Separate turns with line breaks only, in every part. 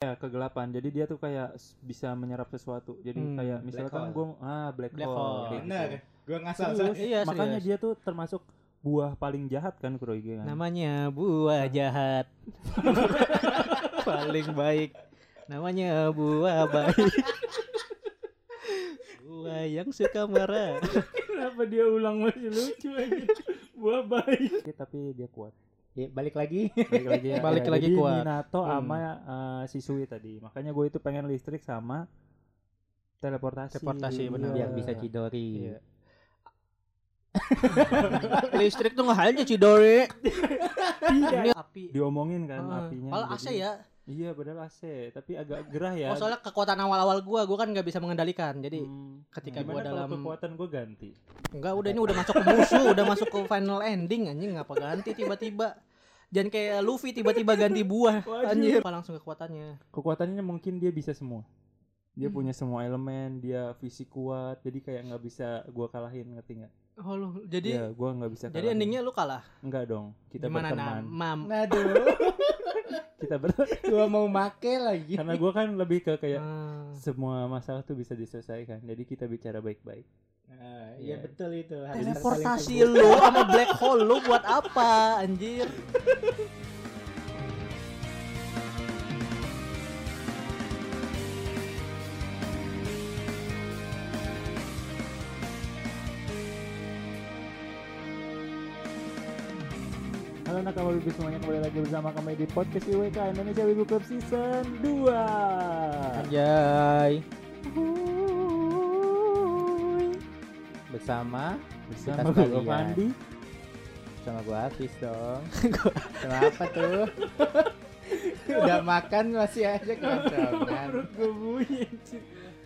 Ya kegelapan. Jadi dia tuh kayak s- bisa menyerap sesuatu. Jadi
Hmm,
kayak
black
misalkan
hole.
gue ah black,
Black
hole.
hole.
kayak
Bener.
gitu.
Gue ngasal
Serius?
soalnya.
Iya,
Makanya
serius.
dia tuh termasuk buah paling jahat kan Kuroige kan.
Namanya buah jahat. Paling baik. Namanya buah baik. buah yang suka marah.
Kenapa dia ulang masih lucu aja? buah baik. Tapi dia kuat.
Ya, balik lagi.
Balik lagi ya.
Balik
Ya,
lagi
jadi
kuat.
Minato
Hmm.
sama eh, si Sui tadi. Makanya gue itu pengen listrik sama teleportasi.
Teleportasi, benar.
Iya.
Biar bisa cidori.
Iya.
Listrik tuh nggak aja Cidori. Ini api.
Diomongin kan
Ah,
apinya.
Padahal AC
jadi-
ya.
Iya, padahal AC, tapi agak gerah ya.
Oh soalnya kekuatan awal-awal gua, gua kan nggak bisa mengendalikan. Jadi
Hmm.
ketika
Gimana
gua
kalau
dalam
kekuatan gue ganti?
Enggak, udah ini udah masuk ke musuh, udah masuk ke final ending anjing ngapa ganti tiba-tiba. Jangan kayak Luffy tiba-tiba ganti buah.
Waduh.
Anjir, apa langsung kekuatannya?
Kekuatannya mungkin dia bisa semua. Dia
Hmm.
punya semua elemen, dia fisik kuat, jadi kayak nggak bisa gua kalahin ngerti nggak?
Oh, lu- jadi
Iya, gua nggak bisa.
jadi endingnya lu kalah.
nggak dong. Kita
Gimana nah,
berteman.
mam?
Aduh,
Kita ber-
gue mau make lagi.
karena gua kan lebih ke kayak
Ah.
semua masalah tuh bisa diselesaikan. Jadi kita bicara baik-baik.
Nah,
Iya.
Iya betul itu. harus
Teleportasi
saling
lu sama black hole lu buat apa, anjir?
Halo nakama wibu semuanya kembali lagi bersama kami di podcast IWK Indonesia Wibu Club Season 2
Anjay. Bersama
Bersama
Kita
gue
ya.
sekalian.
Fandi
sama gua Hafiz dong. Kenapa tuh? Udah makan masih aja keroncongan.
gue bunyi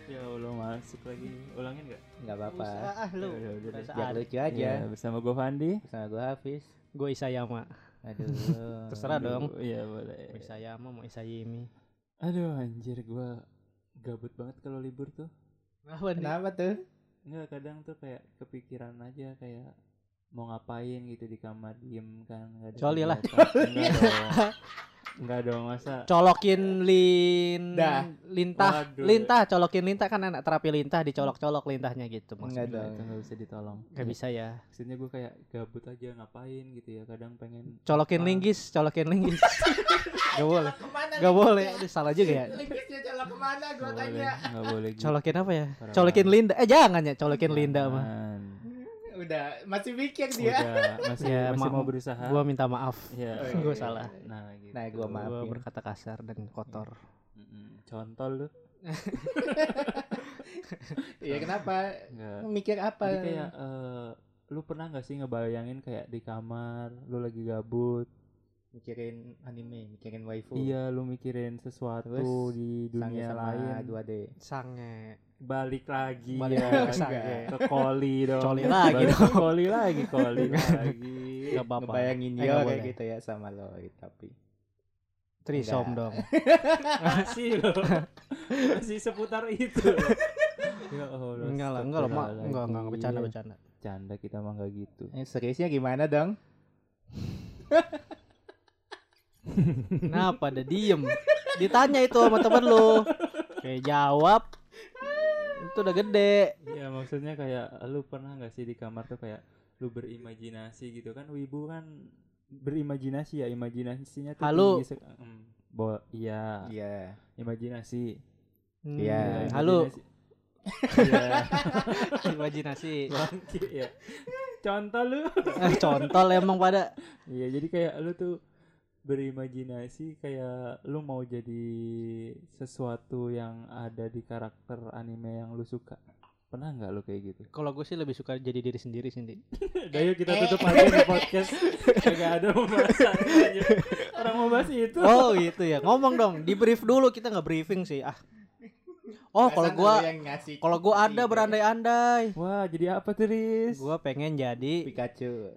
Ya Allah masuk lagi Ulangin gak?
Enggak apa-apa.
Usaha ah, lu.
Ya udah deh.
Biar
Perasaan.
lucu aja.
Iya, bersama gue Fandi
Bersama gua Hafiz.
Gue Isayama.
Aduh.
Terserah
Aduh,
dong.
Iya boleh
Isayama mau Isayimi.
Aduh anjir gue gabut banget kalau libur tuh
Apa nih?
Kenapa tuh?
Enggak kadang tuh kayak kepikiran aja kayak mau ngapain gitu di kamar diem kan nggak ada
Coli lah.
kegiatan. Enggak dong Enggak dong masa
colokin lin
Dah.
lintah
Waduh.
lintah colokin lintah kan anak terapi lintah dicolok-colok lintahnya gitu maksudnya
Enggak dong.
itu nggak bisa ditolong
nggak bisa ya
maksudnya gue kayak gabut aja ngapain gitu ya kadang pengen
colokin
Ah.
linggis colokin linggis nggak boleh
Kemana?
nggak boleh Aduh, salah juga ya
Linkisnya jalan kemana? Gua
nggak boleh nggak boleh gitu.
colokin apa ya
Parah
colokin
banget.
linda eh jangan ya colokin linda mah
Jangan.
Udah masih mikir dia.
udah masih
Ya,
masih
ma-
mau berusaha
gua minta maaf
ya
Oh,
gua
iya.
salah.
nah gitu
Nah, gua maaf.
gua
Maafin.
berkata kasar dan kotor
Mm-mm. contol lu
Iya kenapa?
nggak
Mikir apa?
Jadi kayak eh, lu pernah nggak sih ngebayangin kayak di kamar lu lagi gabut
mikirin anime, mikirin waifu.
iya lu mikirin sesuatu
Terus,
di dunia lain
2D.
sange
balik lagi
balik
ya.
lagi ke
enggak.
sange
ke koli dong
Coli lagi
Balik-
dong.
koli lagi koli lagi
nggak apa-apa
Ngebayangin
Eh,
dia
nggak
kayak
boleh.
gitu ya sama lo gitu, tapi.
trisom
Enggak.
dong
masih lo masih seputar itu ya Allah
enggak lah enggak lah mak
astagfirullah
enggak enggak enggak, bercanda
lagi.
bercanda
Bercanda kita mah nggak gitu
Eh, seriusnya gimana dong?
Kenapa ada diem? Ditanya itu sama temen lu. Kayak jawab. Itu udah gede.
Iya maksudnya kayak lu pernah nggak sih di kamar tuh kayak lu berimajinasi gitu kan wibu kan berimajinasi ya imajinasinya tuh
Halo.
tinggi sek- Mm, bo- iya
Iya.
imajinasi
Hmm.
Iya.
Halo,
imajinasi. Iya
imajinasi.
bangke ya contoh lu
Eh, contol emang pada
iya jadi kayak lu tuh berimajinasi kayak lu mau jadi sesuatu yang ada di karakter anime yang lu suka pernah nggak lu kayak gitu
kalau gue sih lebih suka jadi diri sendiri sih Ndi.
Udah yuk kita tutup aja di podcast Kagak ada pembahasan aja. Orang mau bahas itu
Oh gitu ya Ngomong dong Di brief dulu Kita nggak briefing sih ah. Oh kalau
Perasaan
gua
lu yang ngasih
Kalau gua ada
ide.
berandai-andai
Wah jadi apa tuh Riz?
Gua pengen jadi
Pikachu.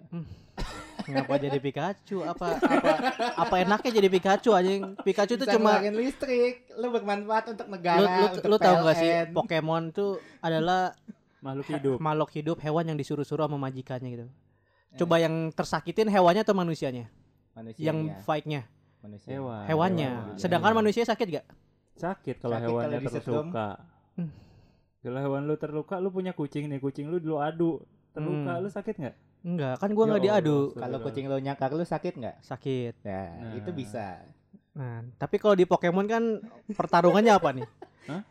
Ngapa jadi Pikachu Apa apa, apa enaknya jadi Pikachu anjing Pikacu tuh
Itu cuma
cuma
listrik, lu bermanfaat untuk
lu, lu,
negara, untuk
lu tahu gak sih
PLN.
Pokemon tuh adalah
Makhluk hidup
makhluk hidup hewan yang disuruh-suruh sama majikannya gitu.
Iya.
Coba yang tersakitin hewannya atau manusianya?
Manusianya,
Yang fight-nya
manusianya.
Hewan
hewannya.
Iya, Ah, hewan. iya.
Sedangkan manusia sakit gak?
sakit kalau
Sakit
hewannya
kalau disetrum.
terluka.
Hmm.
Kalau hewan lu terluka, lu punya kucing nih, kucing lu lu adu, terluka,
Hmm.
lu sakit nggak?
Enggak, kan gua
Ya
nggak
Allah,
diadu.
saudara.
Kalau kucing lo nyakar lu sakit nggak?
Sakit.
Ya,
Nah.
itu bisa.
Nah, tapi kalau di Pokemon kan pertarungannya apa nih?
Hah?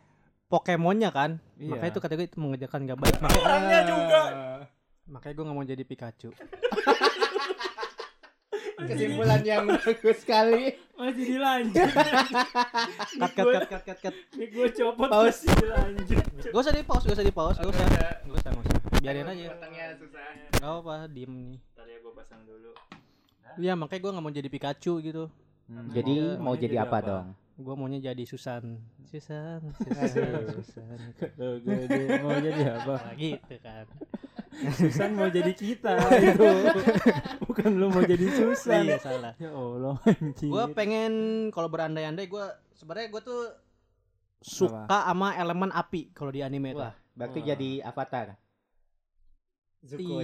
Pokemonnya kan,
Iya.
makanya itu kategori itu mengerjakan nggak baik. Makanya,
Orangnya juga.
Nah. makanya gue nggak mau jadi Pikachu.
Kesimpulan yang bagus sekali.
Masih dilanjut.
Cut, cut, cut, cut, cut, cut.
gue copot
Pause.
masih dilanjut.
Gak usah di pause, gak usah di pause, gak usah, gak usah, gak usah. Biarin aja.
Potongnya susah.
Gak apa, diem nih.
Ntar ya gue pasang dulu.
Iya, makanya gue nggak mau jadi Pikachu gitu.
Hmm.
Jadi mau jadi apa, dong?
Gue maunya jadi Susan. Susan, Susan, Susan.
Gue mau jadi apa?
Nah, gitu kan.
Susan mau jadi kita itu. Bukan lu mau jadi Susan.
Iya salah.
ya Allah anjing.
Gue pengen kalau berandai-andai gue sebenarnya gue tuh suka sama elemen api kalau di anime itu.
Wah,
Wah.
berarti jadi avatar. Zuko,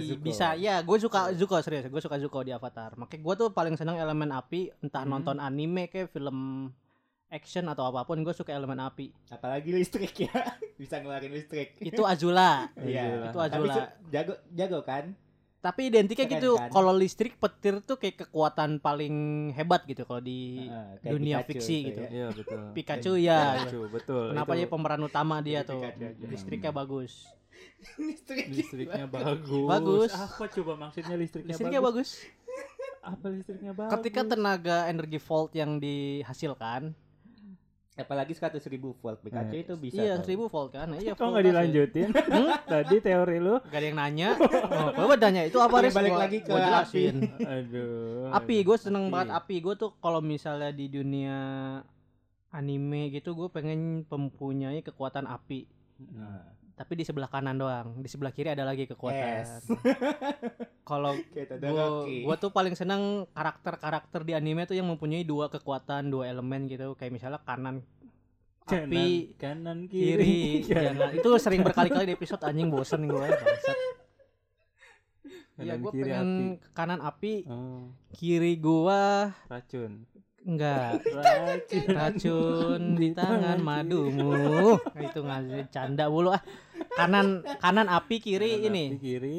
Hmm. Ih,
Zuko.
bisa ya gue suka Zuko serius gue suka Zuko di Avatar makanya gue tuh paling seneng elemen api entah
Hmm.
nonton anime kayak film action atau apapun gue suka elemen api
Apalagi listrik ya. Bisa ngeluarin listrik.
itu Azula
Iya.
Iya.
itu
Tapi
Azula
su- jago jago kan?
tapi identiknya
Keren
gitu
kan?
kalau listrik petir tuh kayak kekuatan paling hebat gitu kalau di
Heeh, kayak
dunia
Pikachu
fiksi
itu
gitu.
ya.
Iya betul.
Pikachu ya
Pikachu betul.
kenapa
Itu
jadi pemeran utama dia
Jadi
tuh
Pikachu aja. Hmm.
listriknya bagus
listrik.
listriknya bagus.
Bagus.
Apa coba maksudnya listriknya,
listriknya
bagus?
bagus
Apa listriknya bagus?
ketika tenaga energi volt yang dihasilkan
Apalagi 100 ribu volt Pikachu
Eh,
itu bisa.
iya
tau.
1000 volt kan
Kok
iya volt
nggak
hasil.
dilanjutin?
Hmm?
Tadi teori lu.
Gak ada yang nanya. Oh, coba tanya itu apa
Oke,
Riz?
balik
Gua-
lagi ke
gua jelasin.
Aduh.
Api, gue seneng
Api.
banget api. Gue tuh kalau misalnya di dunia anime gitu, gue pengen mempunyai kekuatan api.
Nah,
Nah,
Tapi di sebelah kanan doang. Di sebelah kiri ada lagi kekuatan.
Yes.
Kalau
Kayak Todoroki.
gue tuh paling seneng karakter-karakter di anime tuh yang mempunyai dua kekuatan, dua elemen gitu. Kayak misalnya kanan api,
kanan, kanan
kiri.
kiri. kanan,
Jangan- itu sering berkali-kali di episode anjing bosen gue. Iya,
kanan,
gue
kiri
Iya, pengen
api.
ke kanan api,
Oh,
kiri gua
racun.
enggak
Racun.
racun di tangan madumu. Nah, Itu ngasih canda mulu ah. Kanan kanan api,
Kanan
kiri ini
api, kiri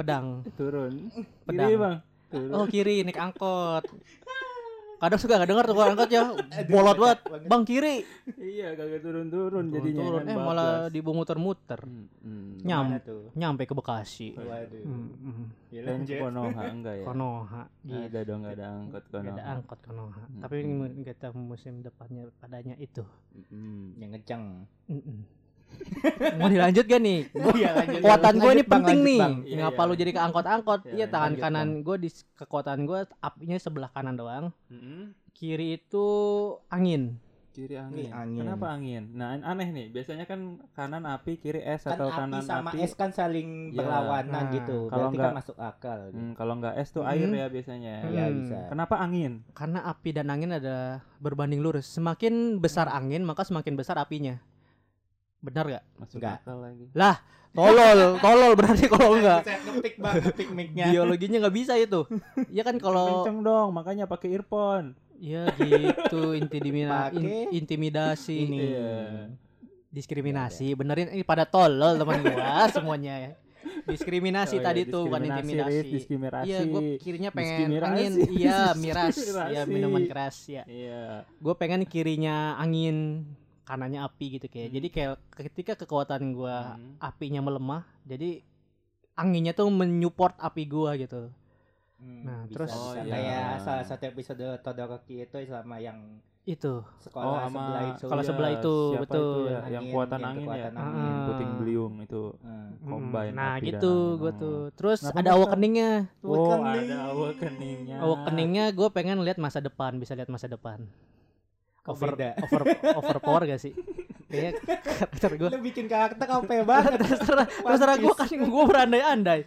pedang.
turun. Kiri,
Pedang.
Bang. Turun.
Oh, kiri naik angkot. Kadang suka nggak denger tuh kalau angkot ya. Bolot banget. Bang kiri.
Iya, kagak turun-turun jadinya.
Turun,
kan,
eh
bablas.
malah dimunguter-muter.
Hmm, hmm.
Nyam,
Mana tuh?
nyampe ke Bekasi.
Waduh.
Mm, mm.
Ya,
Lain ke
lanjut.
Konoha enggak ya?
Konoha.
Nggak
Gitu.
ada dong, nggak ada angkot
Nggak
Konoha.
ada angkot Konoha.
Mm,
Tapi
mm.
mu- kita musim depannya padanya itu.
Hmm.
Yang Ya, ngeceng.
Mm-mm. Mau dilanjut gak nih?
Oh iya lanjut.
Kekuatan gue ini
Lanjut, Bang,
penting
lanjut,
nih.
Bang.
Iya,
Ngapa
iya.
lu jadi keangkot-angkot?
Iya,
Iya, tangan
lanjut,
kanan gue di s- kekuatan gue apinya sebelah kanan doang.
Mm-mm.
Kiri itu angin.
Kiri angin.
Ini angin.
Kenapa angin? Nah, an- aneh nih. Biasanya kan kanan api, kiri es
Kan
atau
api
kanan
sama
api.
es kan saling
Iya.
berlawanan
Nah,
gitu.
kalau
Berarti
nggak-
kan masuk akal. gitu.
Hmm, kalau nggak es tuh air
Mhm.
ya biasanya.
Ya
Hmm.
bisa.
Kenapa angin?
Karena api dan angin ada berbanding lurus. Semakin besar angin, maka semakin besar apinya. Benar gak?
Masuk
Nggak.
akal lagi.
Tolol, tolol berarti kalau enggak.
Buset, ngepick bang, ngepick mic-nya.
Iya.
Biologinya nggak bisa itu. Iya kan kalau
Kenceng dong, makanya pakai earphone.
ya gitu intimida- in-
Pakai
intimidasi
Ini.
Iya.
diskriminasi benerin ini pada tolol teman gua semuanya ya diskriminasi
Oh, iya,
tadi tuh bukan
diskriminasi, Riz,
intimidasi
diskriminasi.
iya gua kirinya pengen
Diskriminasi.
angin iya miras iya
Diskriminasi.
minuman keras ya
Iya.
gua pengen kirinya angin kanannya api gitu kayak
Hmm.
jadi kayak ketika kekuatan gua
Hmm.
apinya melemah jadi anginnya tuh menyupport api gua gitu
Hmm,
Nah,
bisa,
terus-
bisa.
Oh, iya.
kayak salah satu episode Todoroki itu sama yang
Oh,
itu
sama
sekolah sebelah itu. ya.
kalau
iya,
sebelah itu,
siapa
betul.
ya? yang
Angin,
kuatan
yang
angin ya.
kekuatan
angin.
Angin puting
Ah.
beliung itu.
Hmm.
Combine api
nah
dan
gitu
angin.
gua
Oh.
tuh terus
Kenapa
ada
muter?
awakeningnya
Oh,
Awakening.
ada awakeningnya.
Awakeningnya gue pengen lihat masa depan, bisa lihat masa depan.
Kok
Over,
beda?
over, overpower gak sih? Kayaknya karakter gue.
Lu bikin karakter OP banget.
terserah, terserah gue kan gue berandai-andai.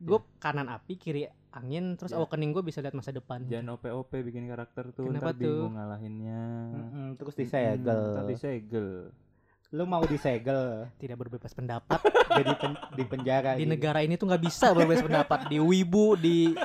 Gue kanan api, kiri angin,
Ya.
terus awakening gue bisa lihat masa depan.
Jangan OP-OP bikin karakter tuh, ntar
Kenapa
bingung
tuh?
ngalahinnya.
Mm-mm, terus
Hmm, ntar
disegel.
disegel.
Lu mau disegel
Tidak berbebas pendapat.
jadi pen- di penjara
di
gitu.
negara ini tuh nggak bisa berbebas pendapat. Di wibu, di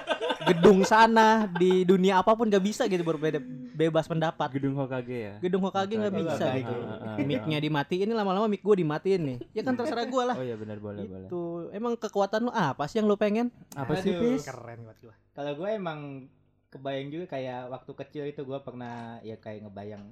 gedung sana, di dunia apapun gak bisa gitu berbeda bebas pendapat
gedung Hokage ya
gedung Hokage nggak
Hokage.
bisa
Hokage.
gitu
Ah, ah,
mic-nya dimatiin lama-lama mic gue dimatiin nih ya kan terserah gue lah
oh iya benar boleh boleh
itu emang kekuatan lu apa sih yang lu pengen
apa sih
Aduh.
Pis?
keren buat gue
Kalau gue emang kebayang juga kayak waktu kecil itu gue pernah ya kayak ngebayang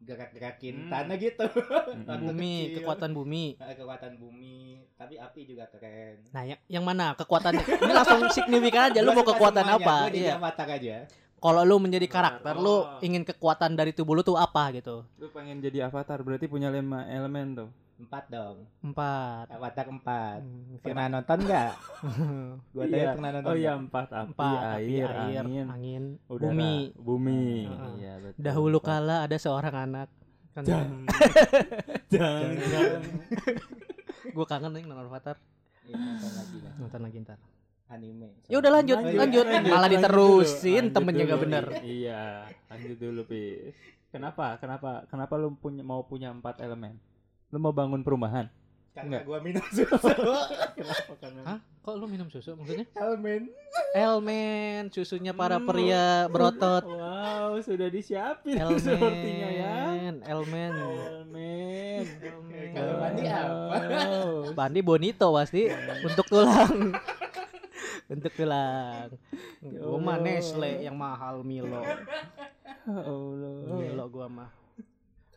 gerak-gerakin
Hmm.
tanah gitu.
Mm-mm.
bumi
Kecil.
kekuatan bumi
Nah, kekuatan bumi, tapi api juga keren.
nah yang, yang mana kekuatannya ini langsung signifikan aja lu mau kekuatan apa
Iya.
iya
Mata aja.
kalau lu menjadi karakter lu
Oh.
ingin kekuatan dari tubuh lu tuh apa gitu
lu pengen jadi avatar berarti punya lima elemen tuh
Empat dong.
empat
Avatar empat.
Hmm,
Pernah nonton nggak? Gue tanya
Iya.
pernah nonton.
oh iya
nggak?
empat api,
empat
air,
api, air
angin
angin,
udara.
bumi
bumi
Heeh.
iya betul
dahulu
Empat.
kala ada seorang anak kan
Jang. Jang.
Jangan.
gue kangen nih nonton Avatar
Iya, nonton lagi dah.
nonton lagi ntar
Anime.
ya udah lanjut
Lanjut,
lanjut,
lanjut,
malah
lanjut
diterusin
dulu.
temennya
Lanjut
gak
dulu.
bener
iya lanjut dulu Pis kenapa kenapa kenapa lu punya mau punya empat elemen lu mau bangun perumahan
Karena
Nggak.
gue minum susu.
kenapa karena
Hah? kok lu minum susu maksudnya
Helmen.
elmen susunya para
Hmm.
pria berotot
Wow, sudah disiapin sepertinya ya.
elmen elmen
Elmen.
Kalau mandi apa?
Bandi bonito pasti untuk tulang untuk tulang
Ya
gua mah
Allah.
Nestle yang mahal Milo
Ya Allah.
Milo gua mah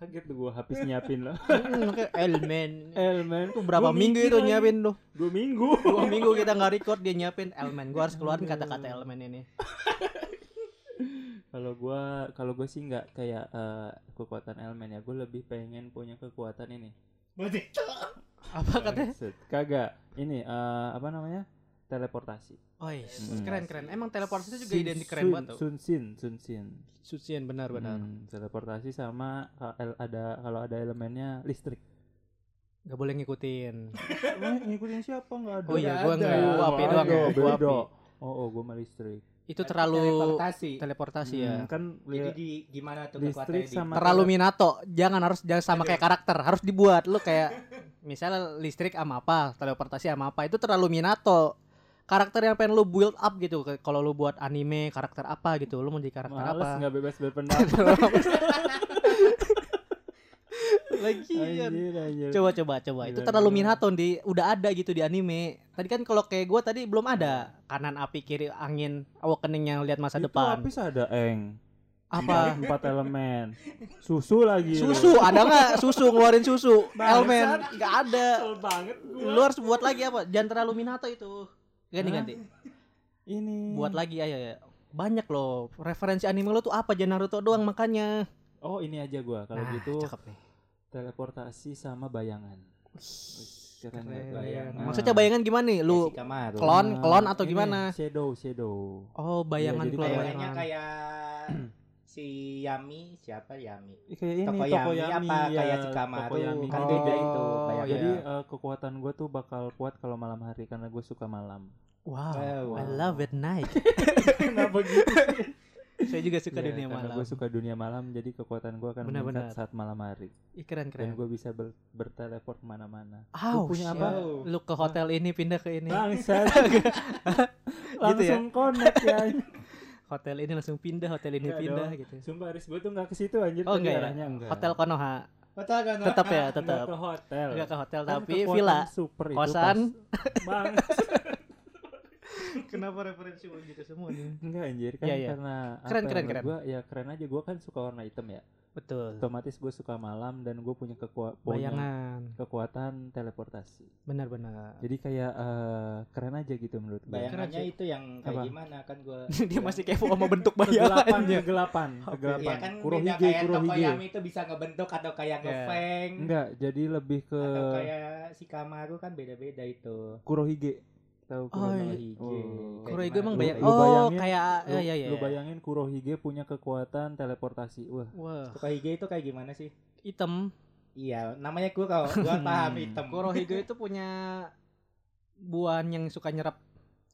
Kaget tuh gua habis nyiapin loh.
Hmm, makanya Elmen
Elmen.
itu berapa
Eh, Gua
minggu
mikir
itu
lagi.
nyiapin tuh
Dua minggu.
dua minggu kita nggak record dia nyiapin elemen gue harus keluarin kata-kata
Hmm.
elemen ini
Kalau gua kalau gua sih nggak kayak eh, kekuatan elemen ya. Gua lebih pengen punya kekuatan ini.
Bonito.
apa katanya
Set. Kagak. Ini eh, apa namanya? Teleportasi.
oh
Hmm.
keren keren emang teleportasi itu juga
Sin-
identik keren
sun-
banget tuh
Sunsin, sunsin.
sucian benar benar
Hmm, teleportasi sama eh, el- ada kalau ada elemennya listrik.
nggak boleh ngikutin
Wah, ngikutin siapa nggak ada?
oh iya
Nggak
gue
ada.
nggak gua api doang
Nggak
ya,
ada,
gua api
beda. Oh, oh, gue mah listrik.
itu terlalu
Teleportasi.
teleportasi ya
Hmm, kan
Jadi
li-
di gimana tuh
listrik
kekuatannya di
sama
terlalu minato jangan harus jangan sama kayak karakter harus dibuat lu kayak misalnya listrik sama apa teleportasi sama apa itu terlalu minato karakter yang pengen lu build up gitu Ke- kalau lu buat anime karakter apa gitu lu mau jadi karakter
Males
apa
nggak bebas berpendapat.
lagi
anjir, anjir.
Iya. coba coba coba itu
Gila,
terlalu
gila.
Minato di udah ada gitu di anime tadi kan kalau kayak gue tadi belum ada kanan api kiri angin awakening yang lihat masa
Itu
depan
habis ada eng.
apa
Empat elemen. Susu lagi. lu.
Iya. susu ada nggak susu ngeluarin susu
Iya. Bangsat.
elmen nggak ada
Kesel banget
lu harus buat lagi apa jangan terlalu Minato itu ganti
Hah?
ganti
Ini.
buat lagi ayo ya banyak loh referensi anime lo tuh apa jangan Naruto doang makanya
Oh, ini aja gua kalau
Nah,
gitu
cakep nih
teleportasi sama bayangan. Wih, Keren, Nah. Iya,
Keren.
banget.
bayangan.
maksudnya bayangan gimana nih lu
Jessica Maru.
Klon- klon atau
Ini,
gimana?
shadow, shadow.
oh
Iya,
bayangan
jadi
keluar
kayak-
bayangan.
Bayangannya kayak si Yami siapa Yami
Eh, Kayak ini iya.
Tokoyami apa kayak si Kamaru?
Tokoyami.
Kan
Oh,
beda itu, bayangan.
Jadi
iya.
eh, kekuatan gue tuh bakal kuat kalau malam hari karena gue suka malam.
wow,
Eh,
Wow.
I love it night
Kenapa gitu?
saya juga suka dunia malam
Gue Iya, suka dunia malam, jadi kekuatan gue akan
Benar-benar.
meningkat saat malam hari.
Ih, keren
Dan
keren.
gue bisa ber- berteleport kemana-mana.
Au,
punya
shit.
apa?
Lu ke hotel ini pindah ke ini.
Bangsat.
Gitu ya?
Langsung connect ya.
Hotel ini langsung pindah, hotel ini
Enggak
pindah
dong.
gitu.
Sumpah Aris, gue tuh gak ke situ anjir.
Oh,
tapi
enggak ya?
arahnya enggak.
Hotel Konoha.
Betul kan?
Tetap ya,
Enggak
tetap.
ke hotel.
Enggak ke hotel
Kan
tapi
kekuatan
villa.
super itu
Kosan.
pas- Bang.
Kenapa referensi lu gitu semua nih?
Enggak anjir kan
Iya, iya.
karena
Keren, keren, keren. Hmm.
Gue ya keren aja gue kan suka warna hitam ya.
Betul.
Otomatis gue suka malam dan gue punya kekua- punya
Bayangan.
kekuatan teleportasi.
Benar-benar.
Jadi kayak eh, keren aja gitu menurut gue.
Bayangannya
Keren
itu yang kayak
Apa?
gimana kan gue
ya.
Dia masih kepo sama bentuk
Kegelapan,
bayangannya.
kegelapan,
Oke.
kegelapan.
Ya kan beda
Kurohige,
kayak
kurohige.
Tokoyami itu bisa ngebentuk atau kayak
Iya.
ngefeng
Enggak, jadi lebih ke
atau kayak si Kamaru kan beda-beda itu.
kurohige. Tahu kurohige?
iya.
Oh.
Kayak
Kurohige emang
Lu-
bayang.
lu
Oh,
bayangin,
kayak
Lu,
ya ya ya.
lu bayangin kurohige punya kekuatan teleportasi. Wah,
Wah,
Tokohige itu kayak gimana sih?
hitam.
Iya, namanya gue kalau gue paham hitam.
Kurohige itu punya buan yang suka nyerap.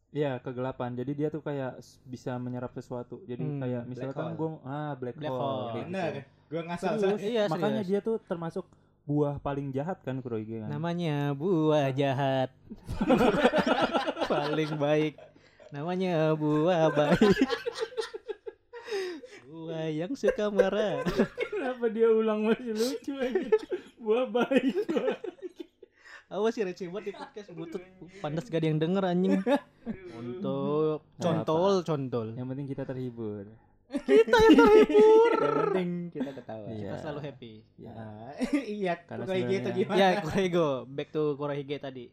Iya kegelapan. Jadi dia tuh kayak s- bisa menyerap sesuatu. Jadi
Hmm,
kayak misalkan
black
gue ah black,
Black
hole.
hole.
kayak gitu.
Bener, gue ngasal.
Serius.
Iya,
Makanya
serius.
dia tuh termasuk buah paling jahat kan Kurohige kan.
Namanya buah jahat.
Iya.
Paling baik. Namanya buah baik. buah Wayang suka marah.
Kenapa dia ulang masih lucu aja? Buah baik.
Awas sih receh banget di podcast butut. Pantas gak ada yang denger anjing. Untuk contol, contol.
Yang penting kita terhibur.
Kita yang terhibur.
Yang penting kita ketawa.
Iya.
Kita selalu happy.
Ya.
Ah, iya,
Karena
kayak gitu
sebenarnya-
gimana?
Ya, Kurego, back to Kurohige tadi.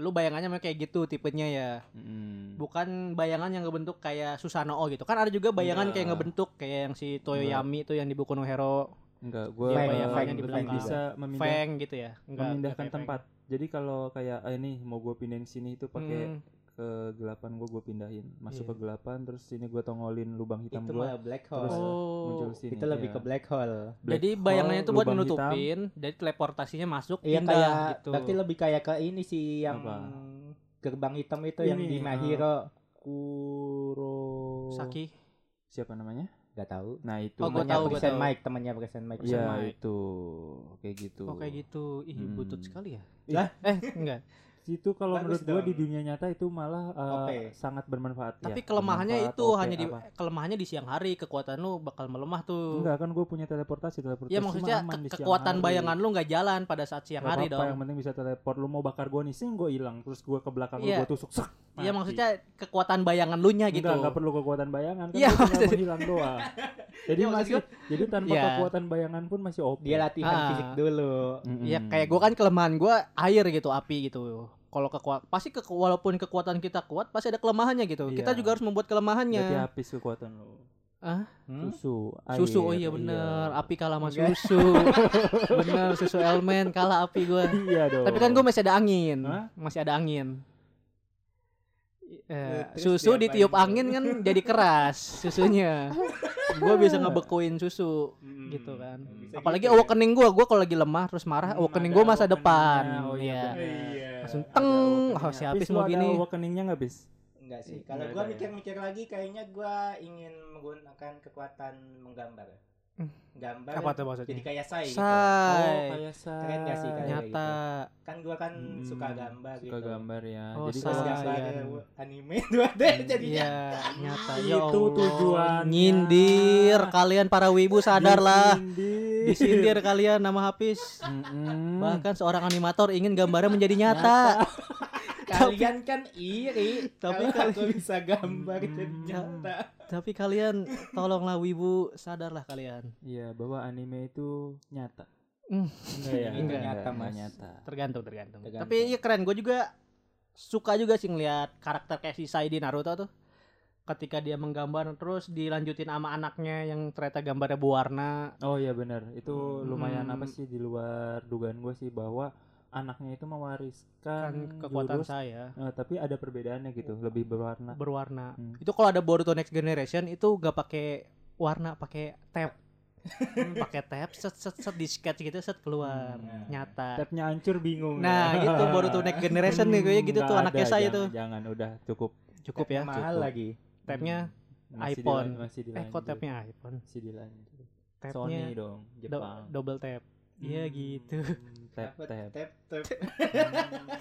Lu bayangannya memang kayak gitu tipenya ya.
Mm.
Bukan bayangan yang ngebentuk kayak Susanoo gitu. Kan ada juga bayangan
Iya.
kayak ngebentuk kayak yang si Toyoyami tuh yang di Boku no Hero,
Enggak, gua
Feng,
bayangin
Feng di
lebih
belakang.
bisa memindah,
Feng gitu ya. Enggak,
memindahkan
enggak kayak
tempat. Jadi kalau kayak ah, ini mau gue pindahin sini itu
Feng.
pakai
Hmm,
kegelapan gue gue pindahin, masuk
Iya.
ke gelapan terus sini gue tongolin lubang hitam
itu
gue
malah black
terus
hole.
muncul
Oh.
sini.
itu lebih
iya.
ke black hole.
Black
Jadi bayangannya
hole,
itu buat
lubang
menutupin, jadi teleportasinya masuk
Iya
pindah
kayak
gitu.
berarti lebih kayak ke ini sih yang
Apa?
gerbang hitam itu yang di
Ini, eh,
Mahiro.
hitam. Kuro
Saki.
siapa namanya?
Gak tahu.
Nah itu
Oh, gua
Temannya
tahu, gua
Prison
tahu.
Mike, temannya Prison Mike.
Iya
Sama.
itu kayak gitu.
Oh kayak gitu. Ih,
Hmm.
butut sekali ya.
Lah?
Eh, enggak.
Itu kalau menurut
Bagus
gue
dong.
di dunia nyata itu malah uh,
Oke.
sangat bermanfaat.
Tapi
ya.
kelemahannya
Bermanfaat,
itu
oke,
hanya di
apa.
kelemahannya di siang hari, kekuatan lu bakal melemah tuh.
Enggak kan gue punya teleportasi teleportasi.
Ya
mah
maksudnya
aman
ke-
di siang
kekuatan
hari.
bayangan lu nggak jalan pada saat siang
Gak
hari
apa-apa, yang
dong.
penting bisa teleport. Lu mau bakar gue nih, sing gue hilang. Terus gue ke belakang
Iya.
lu gue tusuk. Sak,
Iya
mati.
maksudnya kekuatan bayangan lu nya gitu.
Enggak, enggak perlu kekuatan bayangan kan lu
Iya,
tinggal
maksudnya-
menghilang doang. Jadi
Iya, maksud
masih jadi tanpa
Iya.
kekuatan bayangan pun masih oke.
Dia latihan
Ah.
fisik dulu.
Mm-mm.
Iya kayak gua kan kelemahan gua air gitu, api gitu. Kalau kekuatan pasti ke walaupun kekuatan kita kuat pasti ada kelemahannya gitu.
Iya.
Kita juga harus membuat
Berarti
kelemahannya.
habis kekuatan lu.
Hmm?
Susu, air,
Iya. Susu oh iya bener, api kalah sama
Enggak.
susu. bener susu elemen kalah api gua.
Iya dong.
Tapi kan gue masih ada angin,
Hah?
masih ada angin. I- eh,
terus
susu
diapain
ditiup
tuh?
gitu?
angin kan jadi keras susunya. gue bisa
Iya.
ngebekuin susu.
Hmm.
Mm.
Gitu kan.
Bisa
Apalagi
gitu ya.
awakening gue, gue kalau lagi lemah terus marah,
Hmm,
awakening
Iya, ada
gue masa
awakeningnya.
depan.
Oh iya,
Iya.
bener.
Langsung
Ada
teng,
awakeningnya.
oh, si
Habis
Apis
lu
mau
ada
gini.
awakeningnya nggak bis?
Enggak sih.
Iya,
Kalau
enggak
gua
ada ya.
mikir-mikir lagi kayaknya gua ingin menggunakan kekuatan menggambar.
Hmm.
Gambar
Apa tuh
jadi
maksudnya?
kayak saya
Oh,
gitu.
Say.
kayak say.
Keren nggak sih, kayak gitu?
Nyata.
Kan gua kan
Mm,
suka gambar
suka
gitu.
gambar ya.
Oh,
Jadi
Terus
kalau-
say.
gambar
Sayang.
eh, anime 2D jadinya.
Iya, nyata.
Itu
Ya Allah,
tujuannya.
Nyindir kalian para wibu sadarlah.
Disindir.
Disindir kalian nama Hafiz.
Mm-mm.
Bahkan seorang animator ingin gambarnya menjadi nyata.
Kalian kan iri,
Tapi
tapi kalau aku bisa gambar
Hmm.
jadi nyata.
Tapi kalian tolonglah wibu sadarlah kalian.
Iya, bahwa anime itu nyata.
Mm.
Enggak ya?
Itu nyata,
enggak
Mas.
nyata.
Tergantung, tergantung.
Tergantung.
Tapi iya keren. Gue juga suka juga sih ngelihat karakter kayak si Sai di Naruto tuh. Ketika dia menggambar terus dilanjutin sama anaknya yang ternyata gambarnya berwarna.
Oh iya benar. Itu lumayan
Hmm.
apa sih di luar dugaan gue sih bahwa anaknya itu mewariskan
Kan kekuatan
jurus,
saya
eh, tapi ada perbedaannya gitu,
Iya.
lebih berwarna.
berwarna.
Hmm.
Itu kalau ada Boruto Next Generation itu gak pakai warna, pakai tab. Hmm, pakai tab set set set di sketch gitu set keluar
Hmm.
nyata
Tapnya hancur bingung.
Nah gitu baru tuh next generation nih kayaknya gitu
Nggak
tuh anaknya
ada,
saya
jangan-
tuh
Jangan udah cukup.
Cukup ya
Mahal
cukup.
lagi.
Tapnya
Masih
iPhone.
dilan- masih
Eh kok
dilanjut.
tapnya iPhone
Masih dilanjut. Sony
Tapnya
dong,
do-
Jepang.
double tap Iya
Hmm,
gitu
Tap
Apa?
tap.
Tap tap.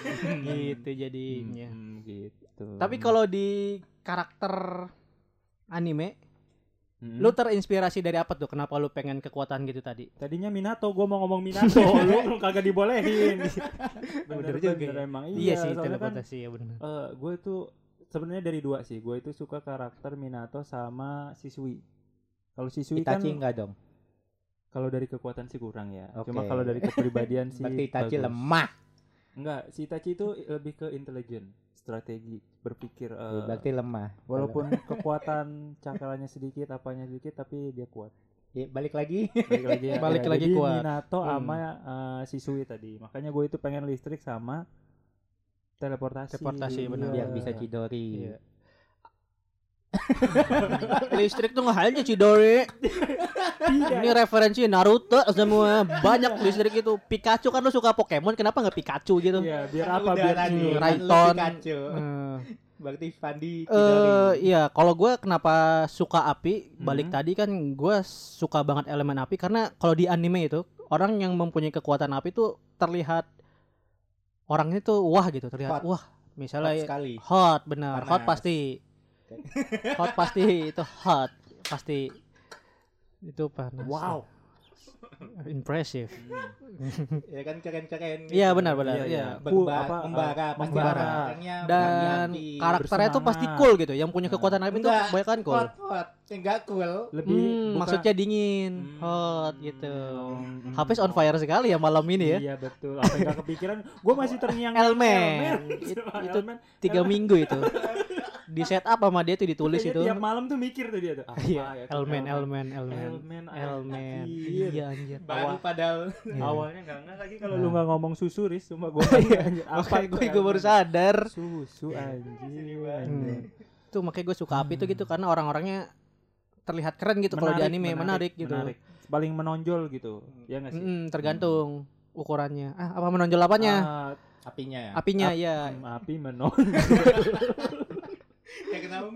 Hmm.
Gitu jadinya
Hmm, gitu.
Tapi kalau di karakter anime
Hmm.
Lu terinspirasi dari apa tuh? Kenapa lu pengen kekuatan gitu tadi?
Tadinya Minato, gue mau ngomong Minato, lu kagak dibolehin.
Bener
bener
juga
bener
ya.
emang
Iya, sih
soalnya kan
teleportasi ya benar.
gue itu sebenarnya dari dua sih. Gue itu suka karakter Minato sama Shisui. Kalau Shisui kan
Itachi enggak dong.
kalau dari kekuatan sih kurang ya.
Oke.
Cuma kalau dari kepribadian sih
Berarti Itachi
bagus.
lemah.
Enggak, si Itachi itu lebih ke intelijen, strategi, berpikir eh,
Ya, Berarti lemah.
walaupun kekuatan cakalanya sedikit, apanya sedikit tapi dia kuat.
Ya, balik lagi.
balik lagi ya.
Balik
Ya,
lagi
jadi
kuat.
Minato
Hmm.
sama eh, si Sui tadi makanya gue itu pengen listrik sama teleportasi
Teleportasi, benar.
Iya.
biar bisa Chidori.
Iya. Listrik tuh nggak aja Cidori. Ini referensi Naruto semua banyak listrik itu. Pikachu kan lu suka Pokemon, kenapa nggak Pikachu gitu?
Iya, biar
Kan
apa
udah
biar
lagi,
Sui.
kan lu
Raiton.
Pikachu.
Eh,
Berarti Fandi
Eh
Chidori.
iya, kalau gue kenapa suka api balik
Hmm.
tadi kan gue suka banget elemen api karena kalau di anime itu orang yang mempunyai kekuatan api itu terlihat orangnya tuh wah gitu terlihat
Hot.
wah
Kuat
misalnya
sekali.
hot bener hot
Panas.
pasti hot pasti itu hot pasti itu panas.
Wow.
Impressive.
ya kan keren-keren. gitu.
Iya
Iya,
benar-benar. Iya.
iya.
Berba-
Ku- apa,
membara,
eh,
pasti
membara.
ada orangnya,
Dan
berhati-hati.
karakternya tuh pasti
bersemangat.
cool gitu. Yang punya kekuatan api itu
Enggak,
kebanyakan cool.
hot hot enggak cool.
Lebih
Hmm,
buka-
maksudnya dingin,
Hmm.
hot gitu.
Oh.
Hmm.
Habis on fire sekali ya malam ini ya.
Iya betul. Apa yang gak kepikiran? Gue masih terngiang.
Elmen. It- itu
Itu
tiga minggu itu. Di set up sama dia tuh ditulis itu.
Iya, Tiap malam tuh mikir tuh dia tuh. Apa ya,
Iya,
tuh
Elmen, Elmen, Elmen.
Elmen, ah,
Elmen.
anjir.
Iya anjir.
Baru padahal Iya.
Iya.
Awalnya gak ngeh lagi kalau
Nah.
lu gak ngomong susu, Riz. Cuma gue
Iya. Makanya gue gue baru sadar. Iya.
Susu anjir.
Hmm. Tuh makanya gue suka api tuh gitu karena orang-orangnya terlihat keren gitu kalau di
Hmm. Menarik,
anime menarik, gitu.
menarik. Paling menonjol gitu. Ya gak sih?
Mm-mm, tergantung ukurannya. Ah, apa menonjol apanya?
Hmm. Ah,
apinya ya.
Apinya ya.
hmm, api menonjol.
Ya kenapa?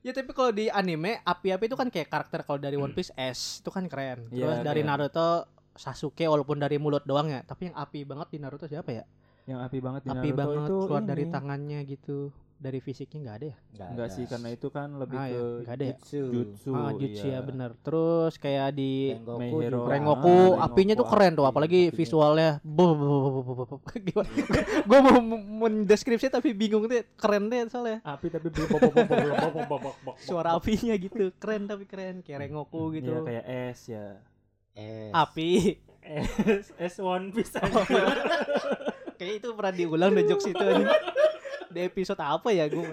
Ya tapi kalau di anime api-api itu kan kayak karakter kalau dari One Piece S itu kan keren.
Hmm. Iya,
Terus dari
keren.
Naruto Sasuke walaupun dari mulut doang ya, tapi yang api banget di Naruto siapa ya?
Yang api banget di
api
Naruto
banget
itu
keluar dari
ini.
tangannya gitu. Dari fisiknya nggak ada ya?
Enggak sih karena itu kan lebih
Ah, ya,
ke
nggak ada ya?
jutsu.
jutsu.
ah, Jutsu
iya.
ya bener. Terus kayak di
Rengoku
My Hero.
juga.
Rengoku
Ah,
apinya tuh
Rengoku
keren tuh
api,
apalagi
apinya.
visualnya. Buh, buh, buh, buh, buh, buh, buh. Gimana? Gua mau m- mendeskripsi tapi bingung deh. Keren deh soalnya.
Api tapi beli pop pop pop pop pop pop pop pop.
Suara apinya gitu. Keren tapi keren kayak
Iya,
Rengoku gitu.
kayak es ya.
Eh,
Api.
Es es One Piece
Kayaknya itu pernah diulang deh jokes itu anjing. Di episode apa ya gue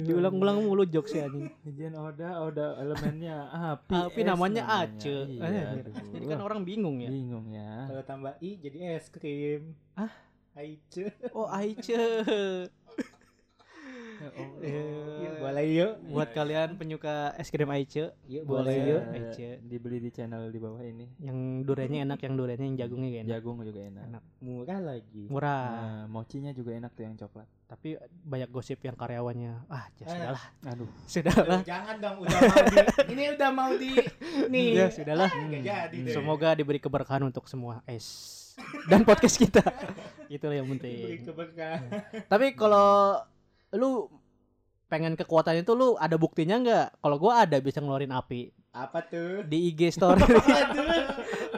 diulang-ulang mulu jokesnya anjing.
Kajian Oda, Oda elemennya api.
Tapi
es
namanya Ace.
Iya,
Eh,
aduh.
Jadi kan orang bingung ya.
bingung ya.
Kalau tambah i jadi es krim.
Ah?
Aice.
Oh Ace.
Ya Allah.
Eh,
Yuk, boleh yuk.
Buat kalian penyuka es krim Aice
Yuk,
boleh yuk.
Eh,
Ace.
Dibeli di channel di bawah ini.
yang duriannya enak, yang duriannya yang jagungnya gak enak.
Jagung juga enak.
Enak.
Murah
Iya.
lagi.
Murah,
Nah, mochinya juga enak tuh yang coklat.
tapi banyak gosip yang karyawannya. Ah, ya
Eh.
sudahlah.
Aduh.
Sudahlah.
Aduh, Jangan dong udah mau di ini udah mau di nih.
Ya sudahlah.
Nggak jadi deh.
Semoga diberi keberkahan untuk semua es dan podcast kita. Itulah yang
Beri
penting.
keberkahan.
Tapi kalau lu pengen kekuatan itu lu ada buktinya nggak? Kalau gua ada bisa ngeluarin api
Apa tuh?
di IG story.
Aduh,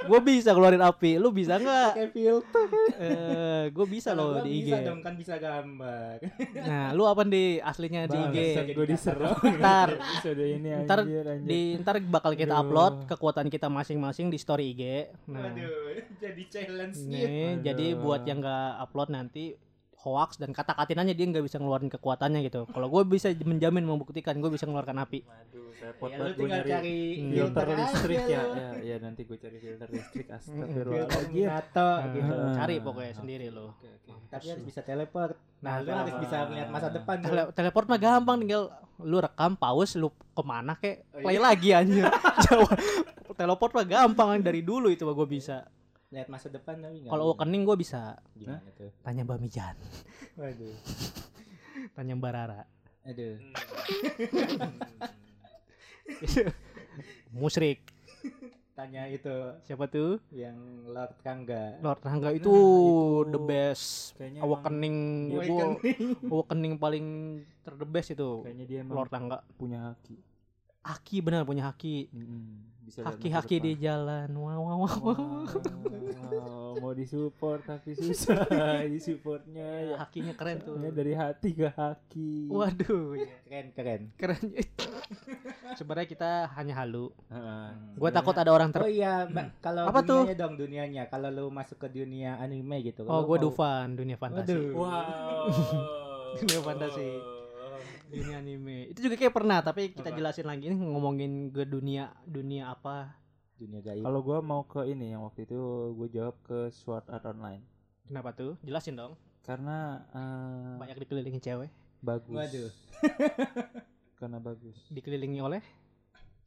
gua bisa ngeluarin api. Lu bisa nggak?
kayak filter.
Eh, gua bisa
Kalau
loh
gua
di ya. IG.
Bisa dong kan bisa gambar.
Nah, lu apa di aslinya di IG?
Bang,
Gue diserang.
Ntar.
Episode ini
Ntar
anjir, anjir.
Di ntar bakal kita
Aduh.
upload kekuatan kita masing-masing di story IG. Nah,
Waduh, jadi challenge gitu.
Aduh.
Nih, jadi buat yang nggak upload nanti hoax dan kata-katain aja dia nggak bisa ngeluarin kekuatannya gitu. Kalau gue bisa menjamin membuktikan gue bisa ngeluarkan api.
Aduh, saya
Ya, lu
potret gue
tinggal
nyari
cari
Hmm.
filter
aja
listrik ya.
lu.
ya. Ya nanti gue cari filter listrik
Filter
astagfirullahaladzim.
Minato gitu.
Ah.
Cari pokoknya sendiri lo.
Oke, oke.
Tapi harus bisa teleport.
Nah,
Nah, lu harus
teleport.
bisa melihat masa depan. dong.
Tele- teleport mah gampang tinggal lu rekam pause lu kemana kek
iya.
Oh,
play lagi anjir. Jawa. teleport mah gampang dari dulu itu gue bisa.
Lihat masa depan
Iya,
tapi enggak.
Kalau kening gue bisa.
gimana tuh?
Tanya Mbak Mijan,
Waduh.
tanya Mbak Rara.
Aduh.
Musrik.
Tanya itu
Siapa tuh?
yang Lord Kangga.
Lord Rangga itu,
Nah, itu.
the best
Kayaknya Iya, emang-
awakening
Woi,
gua
kening.
awakening paling ter the best itu
Kayaknya dia emang
kan Lord Rangga
punya haki.
Haki benar punya Haki
Mm-mm. Bisa lihat masa
Haki-haki di
depan.
jalan wow wow wow
Oh, Wow, mau disupport tapi susah disupportnya ya.
Hakinya keren tuh
Ya, dari hati ke haki.
Waduh ya.
Keren keren.
keren Sebenarnya kita hanya halu
Heeh.
Gua takut ada orang
Oh
ter Hmm.
iya, Mbak, kalau
Apa tuh?
dunianya dong dunianya. Kalau lu masuk ke dunia anime gitu.
Oh
lu
gue
mau-
Dufan dunia fantasi
Waduh.
Wow.
Dunia fantasi. Dunia anime Itu juga kayak pernah tapi kita
Apa?
jelasin lagi nih ngomongin ke dunia dunia apa
Dunia gaib.
Kalau gua mau ke ini yang waktu itu gue jawab ke Sword Art Online
Kenapa tuh? Jelasin dong
karena eh,
Banyak dikelilingi cewek
bagus.
Waduh.
karena bagus.
Dikelilingi oleh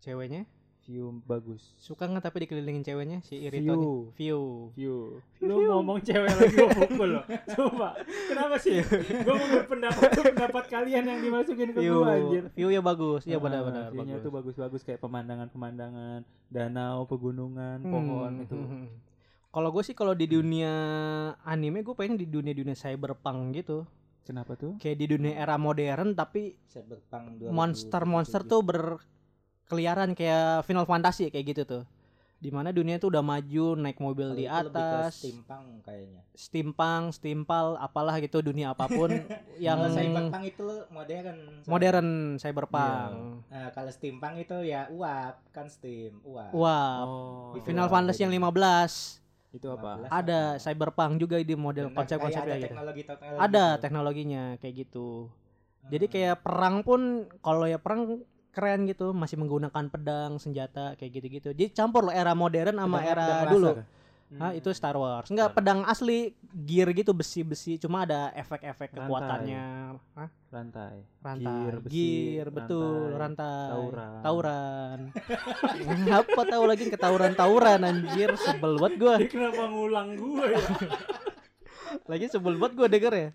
ceweknya
View bagus.
Suka nggak tapi dikelilingin ceweknya si Irito nih?
View.
View.
View. Lu ngomong cewek lagi gua pukul lo. Coba. Kenapa sih? Gua mau pendapat pendapat kalian yang dimasukin ke
View.
gua anjir.
View ya bagus. Iya
Ah,
benar-benar
view-nya
bagus.
tuh bagus-bagus kayak pemandangan-pemandangan, danau, pegunungan, pohon
Hmm,
itu.
hmm, hmm. Kalau gue sih kalau di dunia anime gue pengen di dunia-dunia cyberpunk gitu.
Kenapa tuh?
kayak di dunia era modern tapi
Cyberpunk 2077.
monster-monster tuh berkeliaran kayak Final Fantasy kayak gitu tuh. Dimana dunia tuh udah maju naik mobil
Kalau
di
itu lebih ke
atas,
steampunk kayaknya.
steampunk, steampal, apalah gitu dunia apapun yang
Kalau cyberpunk itu modern. kan,
modern cyberpunk.
Nah, kalau steampunk itu ya uap, kan steam, uap.
Wah,
Oh.
Di
Final
Iya,
Fantasy yang 15
itu apa?
15.
ada cyberpunk juga di model
Bener,
konsep-konsepnya
kayak ada
gitu.
teknologi gitu. teknologi
Ada teknologinya kayak gitu. Jadi
Hmm.
Hmm.
kayak perang pun kalau ya perang keren gitu masih menggunakan pedang senjata kayak gitu-gitu. Jadi campur loh era modern sama era dulu.
kan? Hmm.
Hah, itu Star Wars.
Star
Enggak pedang asli gear gitu besi-besi cuma ada efek-efek kekuatannya. Hah?
Rantai.
Rantai.
Gear,
Gear,
besi,
betul, rantai.
Tauran.
Tauran. Ngapa tahu lagi ketauran-tauran anjir sebel banget gua.
Dia kenapa ngulang gue ya?
Lagi sebel banget gua denger ya.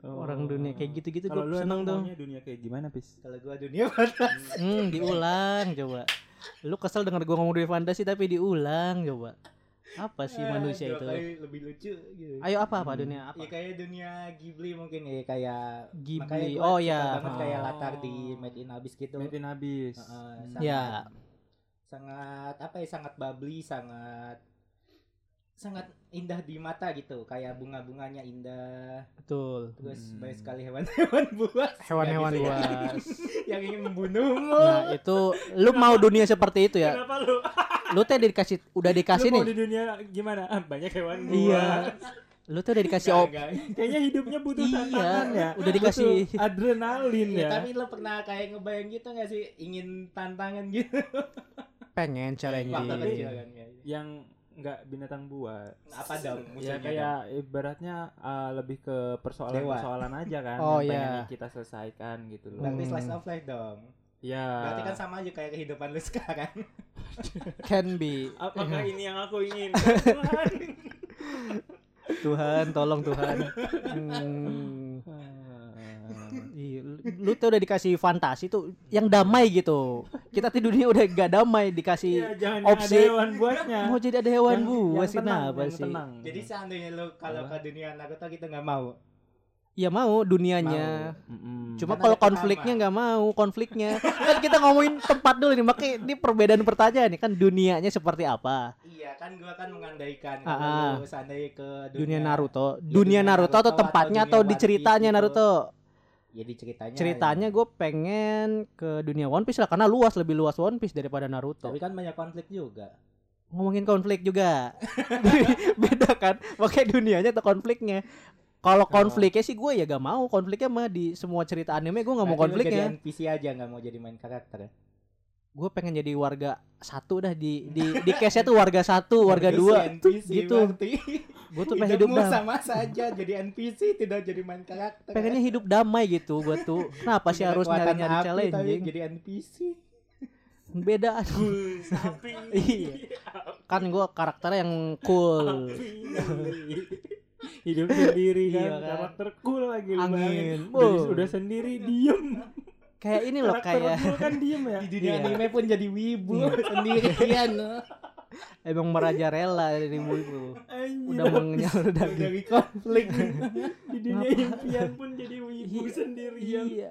Oh.
Orang dunia kayak gitu-gitu
Kalau
gua
lu
seneng
seneng
tuh.
dunia kayak gimana, Pis?
kalau gua dunia fantasi.
Hmm, diulang coba. Lu kesel denger gua ngomong dunia fantasi tapi diulang coba. Apa sih Iya, manusia
Eh, Dua
itu?
kali lebih lucu gitu.
Ayo apa apa dunia
Ya
apa?
kayak dunia Ghibli mungkin ya kayak makanya
Ghibli.
gua
Oh
suka
ya.
banget kayak
Oh.
latar di Made in Abyss gitu.
Mimpiin habis.
Heeh,
Hmm.
sangat-
Ya.
Sangat apa ya sangat bubbly, sangat sangat indah di mata gitu. Kayak bunga-bunganya indah,
Betul.
terus
Hmm.
banyak sekali hewan-hewan buas.
Hewan-hewan
Nggak gitu ya.
buas.
yang ingin membunuhmu.
Nah itu lu mau dunia seperti itu ya?
Kenapa lu?
Lu teh dikasih udah dikasih
lu mau
nih.
di dunia gimana? Ah, Banyak hewan buas.
Nah, Iya. Lu tuh udah dikasih op.
Enggak, enggak.
Kayaknya hidupnya butuh
Iya,
tantangan ya.
udah dikasih.
Butuh adrenalin
Iya,
ya.
tapi lo pernah kayak ngebayang gitu gak sih ingin tantangan gitu
Pengen challenge.
waktu
Iya.
kecil kan kayak gitu.
Yang nggak binatang buas.
apa dong
Ya
musuhnya dong?
kayak ibaratnya uh, lebih ke persoalan-persoalan aja kan
Oh,
yang
iya.
pengen kita selesaikan gitu loh.
Hmm. Ah.
berarti slice of life dong
Ya.
berarti kan sama aja kayak kehidupan lu sekarang
Can be.
Iya.
Apakah ini yang aku ingin?
Tuhan tolong Tuhan. Hmm.
Hmm.
Iya, lu- lu tuh udah dikasih fantasi tuh yang damai gitu. Kita tuh dunia udah gak damai
Iya,
dikasih
jangan
opsi.
yang ada hewan buasnya.
mau jadi ada hewan
Yang-
buas
yang tenang,
kenapa
yang
sih?
tenang.
Hmm.
jadi seandainya lu kalau
Apa?
ke dunia Naruto kita nggak mau
Ya mau dunianya.
Mm-mm.
Cuma
Kan
kalau
ada pertama.
konfliknya nggak mau konfliknya kan kita ngomongin tempat dulu nih makanya ini perbedaan pertanyaan nih kan dunianya seperti apa
iya kan gua kan mengandaikan
Ah, ah.
kalau lu seandainya ke
dunia, Naruto
Ya,
dunia
dunia
Naruto atau
Naruto
tempatnya
atau
atau
dunia
di
One
ceritanya
Piece gitu.
Naruto
jadi Ya, ceritanya
ceritanya
ya.
gue pengen ke dunia One Piece lah karena luas lebih luas One Piece daripada Naruto
tapi kan banyak konflik juga
ngomongin konflik juga beda kan makanya dunianya atau konfliknya kalau konfliknya sih gue ya gak mau konfliknya mah di semua cerita anime gue gak mau ya.
Berarti lu
konfliknya
jadi NPC aja nggak mau jadi main karakter ya?
gue pengen jadi warga satu dah di di di case nya tuh warga satu warga
Berarti
dua
si NPC
gitu.
berarti.
gue tuh pengen hidup
Hidupmu
damai
sama saja jadi NPC tidak jadi main karakter
pengennya hidup damai gitu gue tuh kenapa sih
Punya
harus
kekuatan
nyari nyari
api,
challenge
tapi gitu.
anjing?
jadi NPC
beda
sapi.
Iya. kan gue karakternya yang cool
Hidup sendiri kan,
Iya kan.
karakter cool lagi lu
Angin.
bayangin.
Wow.
Udah, udah sendiri diem.
kayak ini loh
Karakter
kayak
cool kan diem ya.
di dunia
Iya.
anime pun jadi wibu sendirian loh.
emang merajalela dari ibu
Anjir.
udah gitu. mengenyal daging
dari konflik
di dunia impian pun jadi wibu
Iya.
sendirian.
iya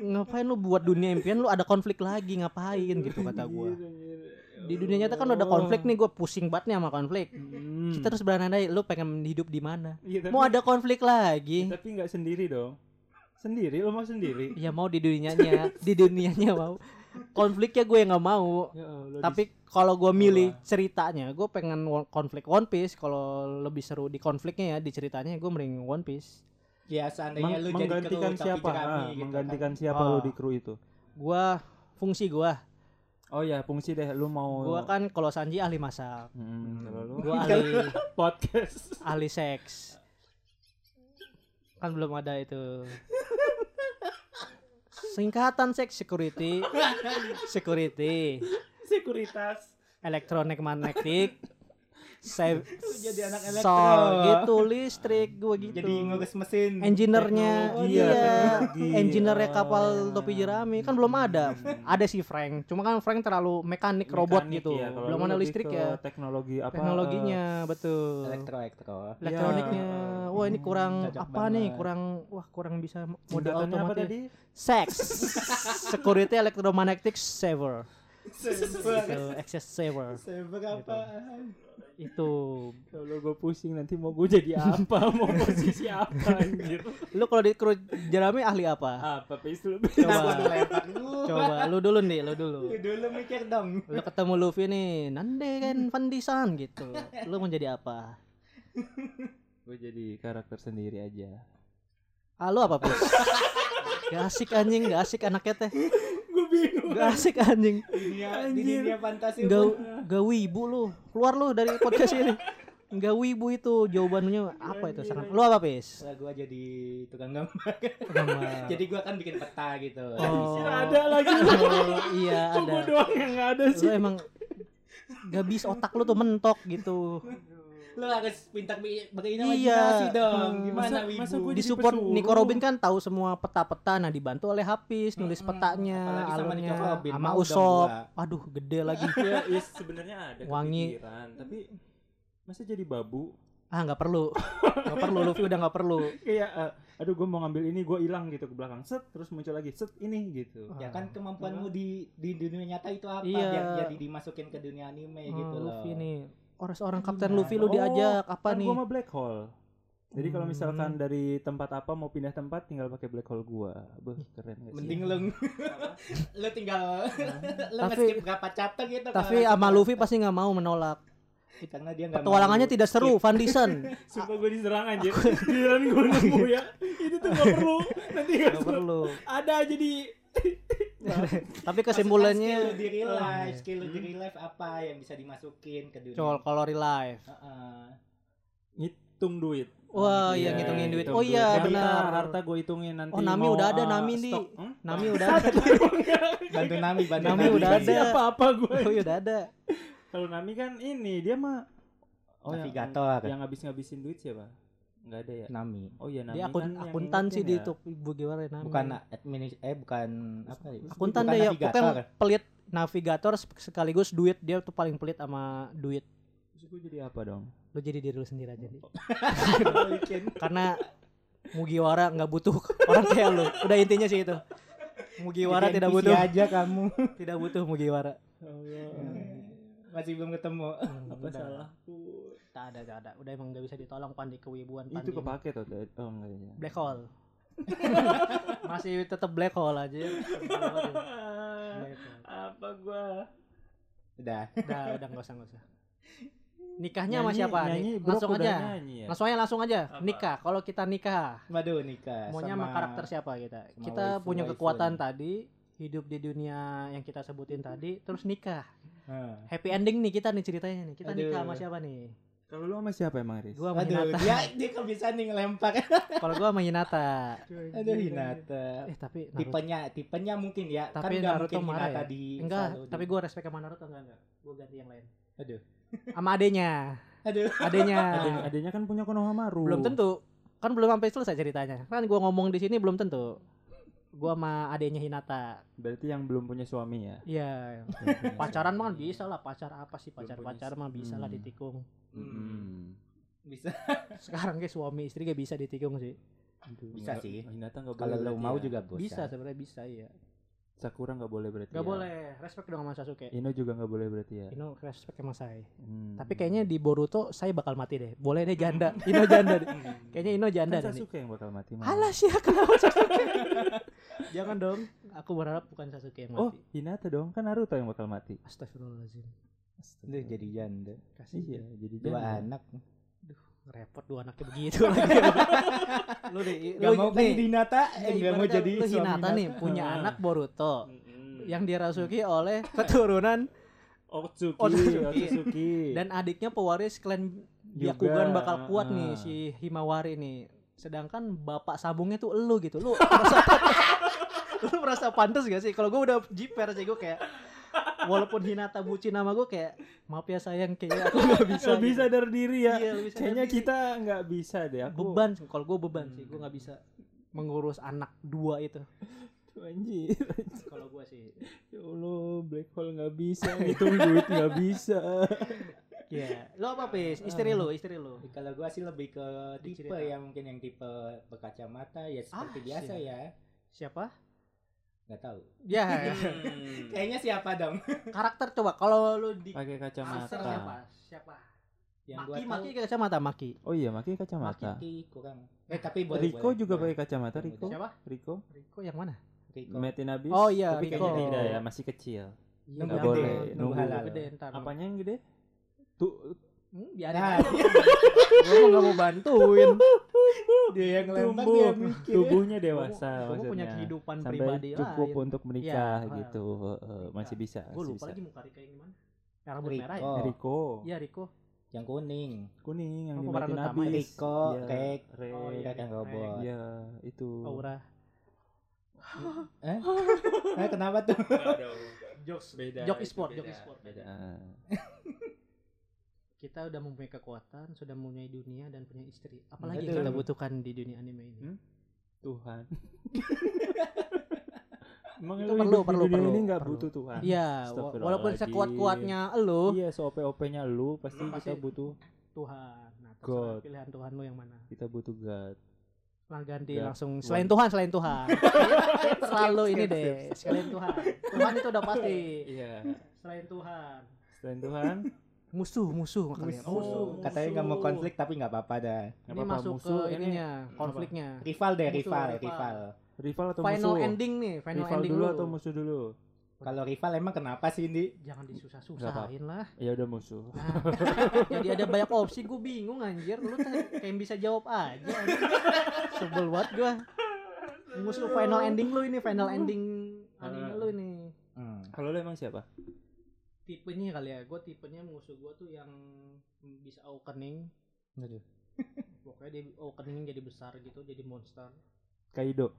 ngapain lu buat dunia impian lu ada konflik lagi ngapain gitu kata gue
Anjir, anjir. Oh.
di dunia nyata kan udah ada konflik nih gue pusing banget nih sama konflik
Hmm.
kita harus berandai lu pengen hidup di mana
Iya, tapi- Iya,
mau ada konflik lagi
Tapi nggak sendiri dong. Sendiri lo mau sendiri.
ya mau di dunianya di dunianya mau konfliknya gue nggak mau
Ya Allah, di-
tapi kalau gue milih ceritanya gue pengen wo- konflik One Piece kalau lebih seru di konfliknya ya di ceritanya gue mending One Piece
ya seandainya
Meng-
lu jadi
menggantikan
kru,
siapa?
tapi jerami
Ah,
gitu
menggantikan
kan.
siapa lo
Ah.
di kru itu?
gue fungsi gue
Oh ya, fungsi deh lu mau
gue kan kalau Sanji ahli masak
Hmm, kalau lu
gue ahli
podcast.
ahli seks kan belum ada itu singkatan seks security security
Sekuritas.
elektronik magnetik saya
Lu jadi anak elektro.
sol gitu listrik gue gitu
Jadi ngurus mesin.
engineer-nya
teknologi,
iya
teknologi.
engineer-nya
Oh.
kapal topi jerami kan belum ada ada sih Frank cuma kan Frank terlalu mekanik, robot
Mekanik
gitu
ya, kalau
belum
lu
ada
lebih
listrik
ke
ya
teknologi apa
teknologinya betul
Elektro elektro.
Ya.
elektroniknya wah ini kurang
Iya, Cocok
apa nih
banget.
kurang wah kurang bisa
eh,
mode
singkatannya apa
otomatis
tadi
sex security electromagnetic saver Gitu. itu access saver
Seberapa?
itu
kalau gue Ya pusing nanti mau gue jadi apa mau posisi apa anjir
lu kalau di kru jerami ahli apa
apa face lu
Kenapa
coba
dilempar gua?
coba lu dulu nih lu dulu
Lu Dulu mikir dong.
lu ketemu Luffy nih nande kan Vandisan gitu lu mau jadi apa
gue jadi karakter sendiri aja
ah lu apa plus gak asik anjing gak asik anaknya teh
Gue bingung.
gak asik anjing
Dunia, di
Anjir.
dunia fantasi.
gak
pun.
gak wibu lu keluar lu dari podcast ini gak wibu itu jawabannya apa itu sekarang lu apa pis
Lah gue jadi tukang gambar.
Sama-
jadi gue kan bikin peta gitu.
Oh.
Nggak ada lagi
Oh, iya
Kok gua
ada
doang yang nggak ada
lu ya?
sih
emang gak bis otak lu tuh mentok gitu
Lu harus pintar bi-
Iya.
berimajinasi dong. Gimana
Masa-
wibu?
masa gua jadi
disupport
pesuruh.
Nico Robin kan tahu semua peta-peta nah dibantu oleh Hafiz nulis
Mm-mm.
petanya
Hmm, Apalagi sama
alurnya
Nico Robin,
sama
mau Iya. dong
Usop
gua.
aduh gede lagi
ya, ya sebenarnya ada
Wangi.
kepikiran tapi masa jadi babu
ah nggak perlu nggak perlu Luffy udah nggak perlu
kayak eh, aduh gue mau ngambil ini gue hilang gitu ke belakang set terus muncul lagi set ini gitu
ya kan kemampuanmu di di dunia nyata itu apa
Hmm. Iya.
biar jadi dimasukin ke dunia
Ah,
anime gitu loh
Luffy nih orang seorang kapten
Iya.
Luffy lu
Oh,
diajak apa
kan
nih
gue mah black hole jadi kalau
Hmm.
misalkan dari tempat apa mau pindah tempat tinggal pakai black hole gua. Beuh, keren gak sih?
mending lu lu tinggal lu
Hmm. Tapi-
nge-skip berapa chapter gitu
tapi
kalau-
sama Luffy pasti nggak mau menolak
karena dia nggak
petualangannya
mau.
tidak seru Van Disen
Sumpah gue diserang anjir. Giliran gue nemu ya. Itu tuh gak perlu. Nanti gak
nggak
perlu.
perlu
Ada jadi
tapi
Maksudnya skill
kesimpulannya
di real
Ah,
life
iya.
skill di real life apa yang bisa dimasukin ke dunia
Col kalau real life
Heeh.
ngitung duit.
Wah,
iya,
Iya,
ngitungin
iya,
duit.
hitung
Oh iya,
Harta-
benar.
Harta gue hitungin nanti.
Oh, Nami
mau,
udah ada,
ah,
Nami, Ndi.
stok. Hmm?
Nami udah ada
bantu nami bantu
Nami udah ada.
Dikasih apa-apa gue.
Luffy udah ada
Kalau Nami kan ini dia mah oh, yang-
Navigator.
Yang ngabis-ngabisin duit siapa? Enggak ada ya.
nami
Oh iya Nami
dia akun
kan yang
akuntansi
ngingetin
di
ya.
itu ibu gimana namanya
bukan admin eh bukan apa ya?
akuntan
Bukan
deh ya
navigator.
pokoknya pelit navigator sek- sekaligus duit dia tuh paling pelit sama duit
Terus gue jadi apa dong?
lu jadi diri lu sendiri aja nih
Bikin.
karena Mugiwara nggak butuh orang kayak lu udah intinya sih itu Mugiwara
Jadi
tidak
NPC
butuh
aja kamu Iya.
tidak butuh Mugiwara
masih belum ketemu
Apa
Hmm, Udah.
salahku?
tak ada tak ada udah emang nggak bisa ditolong pandi kewibuan pandi
Itu kepake tuh. Oh enggak ya.
black hole masih tetap black hole aja
apa gua?
Iya. udah
udah udah nggak usah nggak usah nikahnya
Nyanyi-
sama siapa
nyanyi,
Nik-
Brok
langsung
udah
aja
nyanyi ya?
langsung aja langsung aja
Apa?
nikah kalau kita nikah
Waduh nikah.
maunya sama karakter siapa kita
Eh, sama
kita
waifu-
punya
waifu
kekuatan
ini.
tadi hidup di dunia yang kita sebutin tadi terus nikah
Heeh.
happy ending nih kita nih ceritanya nih kita nikah
Aduh.
sama siapa nih
Kalau lu sama siapa emang Riz?
gua sama
Aduh,
Hinata
dia dia kebiasaan nih ngelempar.
kalau gua sama Hinata
Aduh Hinata.
eh tapi Naruto
Tipenya tipenya mungkin ya.
Tapi
kan nggak
Naruto
mungkin
marah
Hinata
ya?
di
enggak
selalu di-
tapi gua respect sama Naruto enggak enggak gua ganti yang lain
Aduh.
sama adenya
Aduh.
adenya
Adanya, adanya kan punya Konohamaru.
belum tentu kan belum sampai selesai ceritanya kan gua ngomong di sini belum tentu gua sama adenya Hinata
Berarti yang belum punya suami ya.
iya pacaran mah kan bisa lah pacar apa sih pacar pacar mah bisa lah
Hmm.
ditikung
Mm-mm.
Bisa
sekarang kayak suami istri gak bisa ditikung sih
Aduh,
Bisa
nggak-
sih.
Hinata nggak boleh.
kalau lo
berarti
mau
ya.
juga bisa.
bisa sebenarnya bisa iya
Sakura nggak boleh berarti. ya.
Gak boleh respect dong sama Sasuke
Ino juga nggak boleh berarti ya.
Ino respect sama Sai
Iya. Hmm.
tapi kayaknya di Boruto Sai bakal mati deh boleh deh janda Ino janda deh. kayaknya Ino
kan
janda deh nih
Sasuke yang bakal mati. malah.
alah sih ya, kenapa Sasuke
jangan dong.
aku berharap bukan Sasuke yang
Oh,
mati
Hinata dong. Kan Naruto yang bakal mati.
Astagfirullahaladzim
Aduh, jadi janda.
Iya, jadi
Dua
janda.
anak.
repot dua anaknya begitu lagi lu deh
Gak mau kan
nih,
jadi Hinata, eh
ya
gak mau
ibaratnya
jadi
lu
suami
Hinata nih punya
Ah.
anak Boruto
Mm-mm.
yang dirasuki oleh keturunan
Otsutsuki,
Otsutsuki.
Otsutsuki.
dan adiknya pewaris klan
Iya. Juga,
Byakugan bakal kuat
ah.
nih si Himawari nih sedangkan bapak sambungnya tuh elu gitu lu merasa pantes, lu merasa pantas gak sih kalau gue udah jiper sih gue kayak walaupun Hinata bucin nama gue kayak maaf ya sayang kayak aku gak bisa
Gak bisa
gitu.
diri ya.
Iya, nggak bisa
Kayaknya
diri.
kita nggak bisa deh. Aku
beban sih. kalau gue beban sih
Hmm.
gue nggak bisa mengurus anak dua itu
Anjir.
kalau gue sih
Ya Allah, black hole nggak bisa. Ngitung duit nggak bisa.
ya lo apa pis istri lo istri lo
Kalau gua sih lebih ke tipe
Dicerita.
yang mungkin yang tipe berkacamata ya seperti
Ah,
biasa
siap.
ya.
siapa
Nggak tahu.
ya
Kayaknya siapa dong?
karakter coba kalau lo di
Pakai
karakter siapa
kacamata.
siapa
Yang gua
maki
tahu
maki kacamata maki
Oh iya, pakai
Maki
kacamata.
Ki kurang. Eh tapi boleh.
Rico
boleh.
juga
Boleh.
pakai kacamata Rico.
siapa
Rico.
Riko Oh, yang mana
Rico.
Metin habis.
Oh iya,
Tapi
Rico.
kayaknya tidak ya, masih kecil. Nggak
Nunggu gede,
boleh,
nunggu
nunggu.
halal.
gede ntar
Apanya yang gede? Tuh,
hmm, biarin
Nah,
aja. gue mau nggak mau bantuin
dia yang lempar
Tumbuh.
dia yang mikir.
tubuhnya dewasa
Gua- gua ya. punya
maksudnya.
kehidupan
Sampai
pribadi
cukup
lain
untuk menikah
Iya,
gitu. Heeh, masih bisa.
gue
masih
lupa
bisa.
lagi muka Rika yang gimana yang rambut
Rico.
merah ya
Rico.
iya Riko
Yang kuning.
Kuning yang
Oh,
di
pemeran
Metin
utama ya.
habis.
Rico,
Iya,
Kek,
Rek.
Oh, iya.
Kakak Ngobot.
Iya, itu.
aura
Eh? Eh, kenapa tuh?
jokes
Beda.
jok e-sport jok e-sport
Heeh.
kita udah mempunyai kekuatan sudah mempunyai dunia dan punya istri apalagi
Betul.
yang kita butuhkan di dunia anime ini
Hmm? Tuhan. Emang lu
Itu perlu,
hidup di
perlu,
dunia
perlu,
ini nggak
perlu.
butuh Tuhan?
Iya, wa-
Astagfirullahaladzim.
walaupun sekuat-kuatnya elu
Iya, so OP-nya lu pasti
Lu
kita
pasti-
butuh
Tuhan. Nah, terserah
God.
pilihan Tuhan lu yang mana.
kita butuh God.
Lah ganti
God.
langsung
Tuhan.
selain Tuhan, selain Tuhan. Selalu ini
skip,
deh, selain Tuhan. Tuhan itu udah pasti.
Iya.
Selain Tuhan.
Selain Tuhan,
Musuh, musuh makanya.
Musuh.
Oh,
Katanya nggak mau konflik tapi nggak apa-apa dah.
nggak
Ini
apa-apa,
masuk ke
musuh, ini
ininya, konfliknya.
Rival deh,
Musuh,
rival,
rival.
rival.
rival atau
Final
musuh?
ending nih, final
rival
ending
dulu atau musuh dulu?
Kalau rival emang kenapa sih ini?
Jangan
Nggak apa-apa.
disusah-susahin lah.
Ya udah musuh.
Nah, jadi ada banyak opsi, gue bingung anjir. Lu tuh kayak bisa jawab aja. anjir. Sebel banget gue. Musuh final ending lu ini, final ending anime lu ini.
Hmm.
Kalau lu emang siapa?
Tipenya kali ya, gue tipenya musuh gue tuh yang bisa awakening.
Aduh.
Pokoknya dia awakening jadi besar gitu, jadi monster.
Kaido.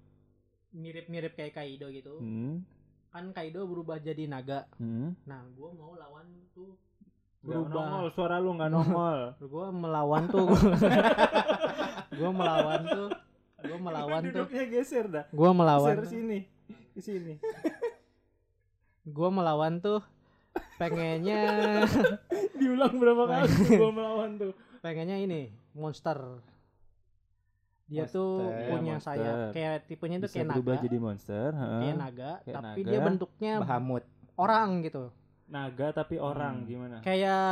Mirip-mirip kayak Kaido gitu.
Hmm.
Kan Kaido berubah jadi naga.
Hmm.
Nah, gue mau lawan tuh
Nggak
Berubah.
nongol, suara lu nggak nongol.
gue melawan tuh gue melawan tuh gue melawan tuh
Duduknya geser dah.
gue melawan
Geser sini. Ke sini.
gue melawan tuh pengennya
Diulang berapa kali tuh gua melawan tuh.
pengennya ini monster dia tuh
Monster.
punya
Monster.
sayap kayak tipenya tuh
Bisa
kayak naga
berubah jadi monster, heeh.
kayak naga
Kayak
tapi
naga. Nah.
dia
Iya.
bentuknya
Bahamut.
orang gitu
Naga tapi orang
Hmm.
gimana?
Kayak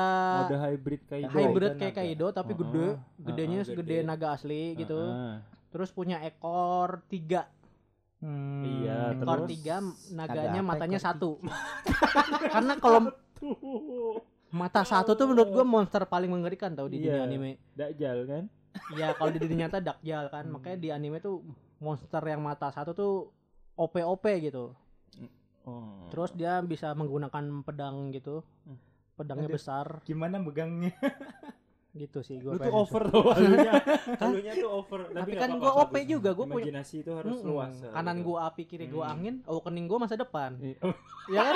Mode hybrid Kaido. ya? Oh,
hybrid
Kaido
kayak
naga.
Kaido tapi
Heeh.
gede
Heeh,
gedenya segede
gede.
naga asli gitu
Heeh.
terus punya ekor tiga
Hmm.
Iya, Terus?
ekor tiga naganya
Naga apa
matanya
ekor
satu
gitu.
karena kalau
Tuh.
mata satu tuh menurut gue monster paling mengerikan tau di
Iya.
dunia anime
Dajjal kan?
ya kalau di dunia nyata dakjal kan
Hmm.
makanya di anime tuh monster yang mata satu tuh op op gitu
Oh.
terus dia bisa menggunakan pedang gitu
Hmm.
pedangnya
Ada-
besar
Gimana megangnya?
gitu sih gue
lu tuh over tuh halunya. halunya tuh over.
Tapi
nggak
kan
apa-apa,
gua OP
bagus.
juga, gua punya-
Imajinasi itu harus luas.
kanan
gitu.
gua api kiri gua
Hmm.
angin oh kening gua masa depan
Iya.
ya kan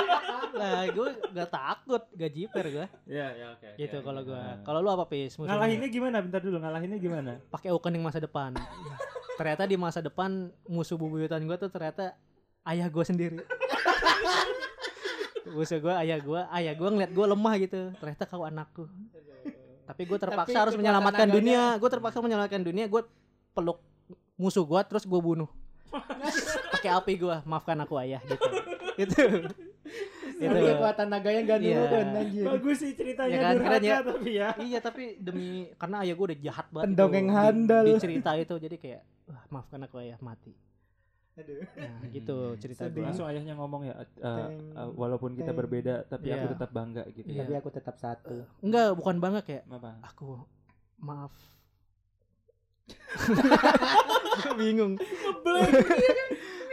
lah gue gak takut gak jiper gue
Iya, ya oke. oke,
gitu
oke.
kalau gue
Nah.
kalau lu apa pis musuhnya?
Ngalahinnya gimana? Bentar dulu, ngalahinnya gimana?
pakai opening masa depan. ternyata di masa depan musuh bubuyutan gue tuh ternyata ayah gue sendiri. musuh gue ayah gue, ayah gue ngeliat gue lemah gitu. Ternyata kau anakku. Tapi gue terpaksa
Tapi
harus
kekuatan
menyelamatkan
naganya-
dunia. Gue terpaksa menyelamatkan dunia. Gue peluk musuh gue terus gue bunuh. pakai api gue, maafkan aku ayah gitu. Gitu. gitu.
Tapi kekuatan naganya nggak
Iya.
nurun anjir.
Bagus sih ceritanya
Ya kan,
durhaka
keren ya?
tapi ya.
Iya tapi demi karena ayah gue udah jahat banget.
Pendongeng
itu. Di-
handal.
Di, cerita itu jadi kayak "Wah, maafkan aku ayah mati.
Aduh.
Nah, gitu cerita
Hmm. Sedih.
gue.
Langsung ayahnya ngomong ya, eh, eh,
Teng,
eh, walaupun kita
teng.
berbeda tapi aku
Iya.
tetap bangga gitu.
Iya.
ya.
Tapi aku tetap satu.
Enggak, bukan bangga kayak
Apa?
aku maaf. Gua bingung.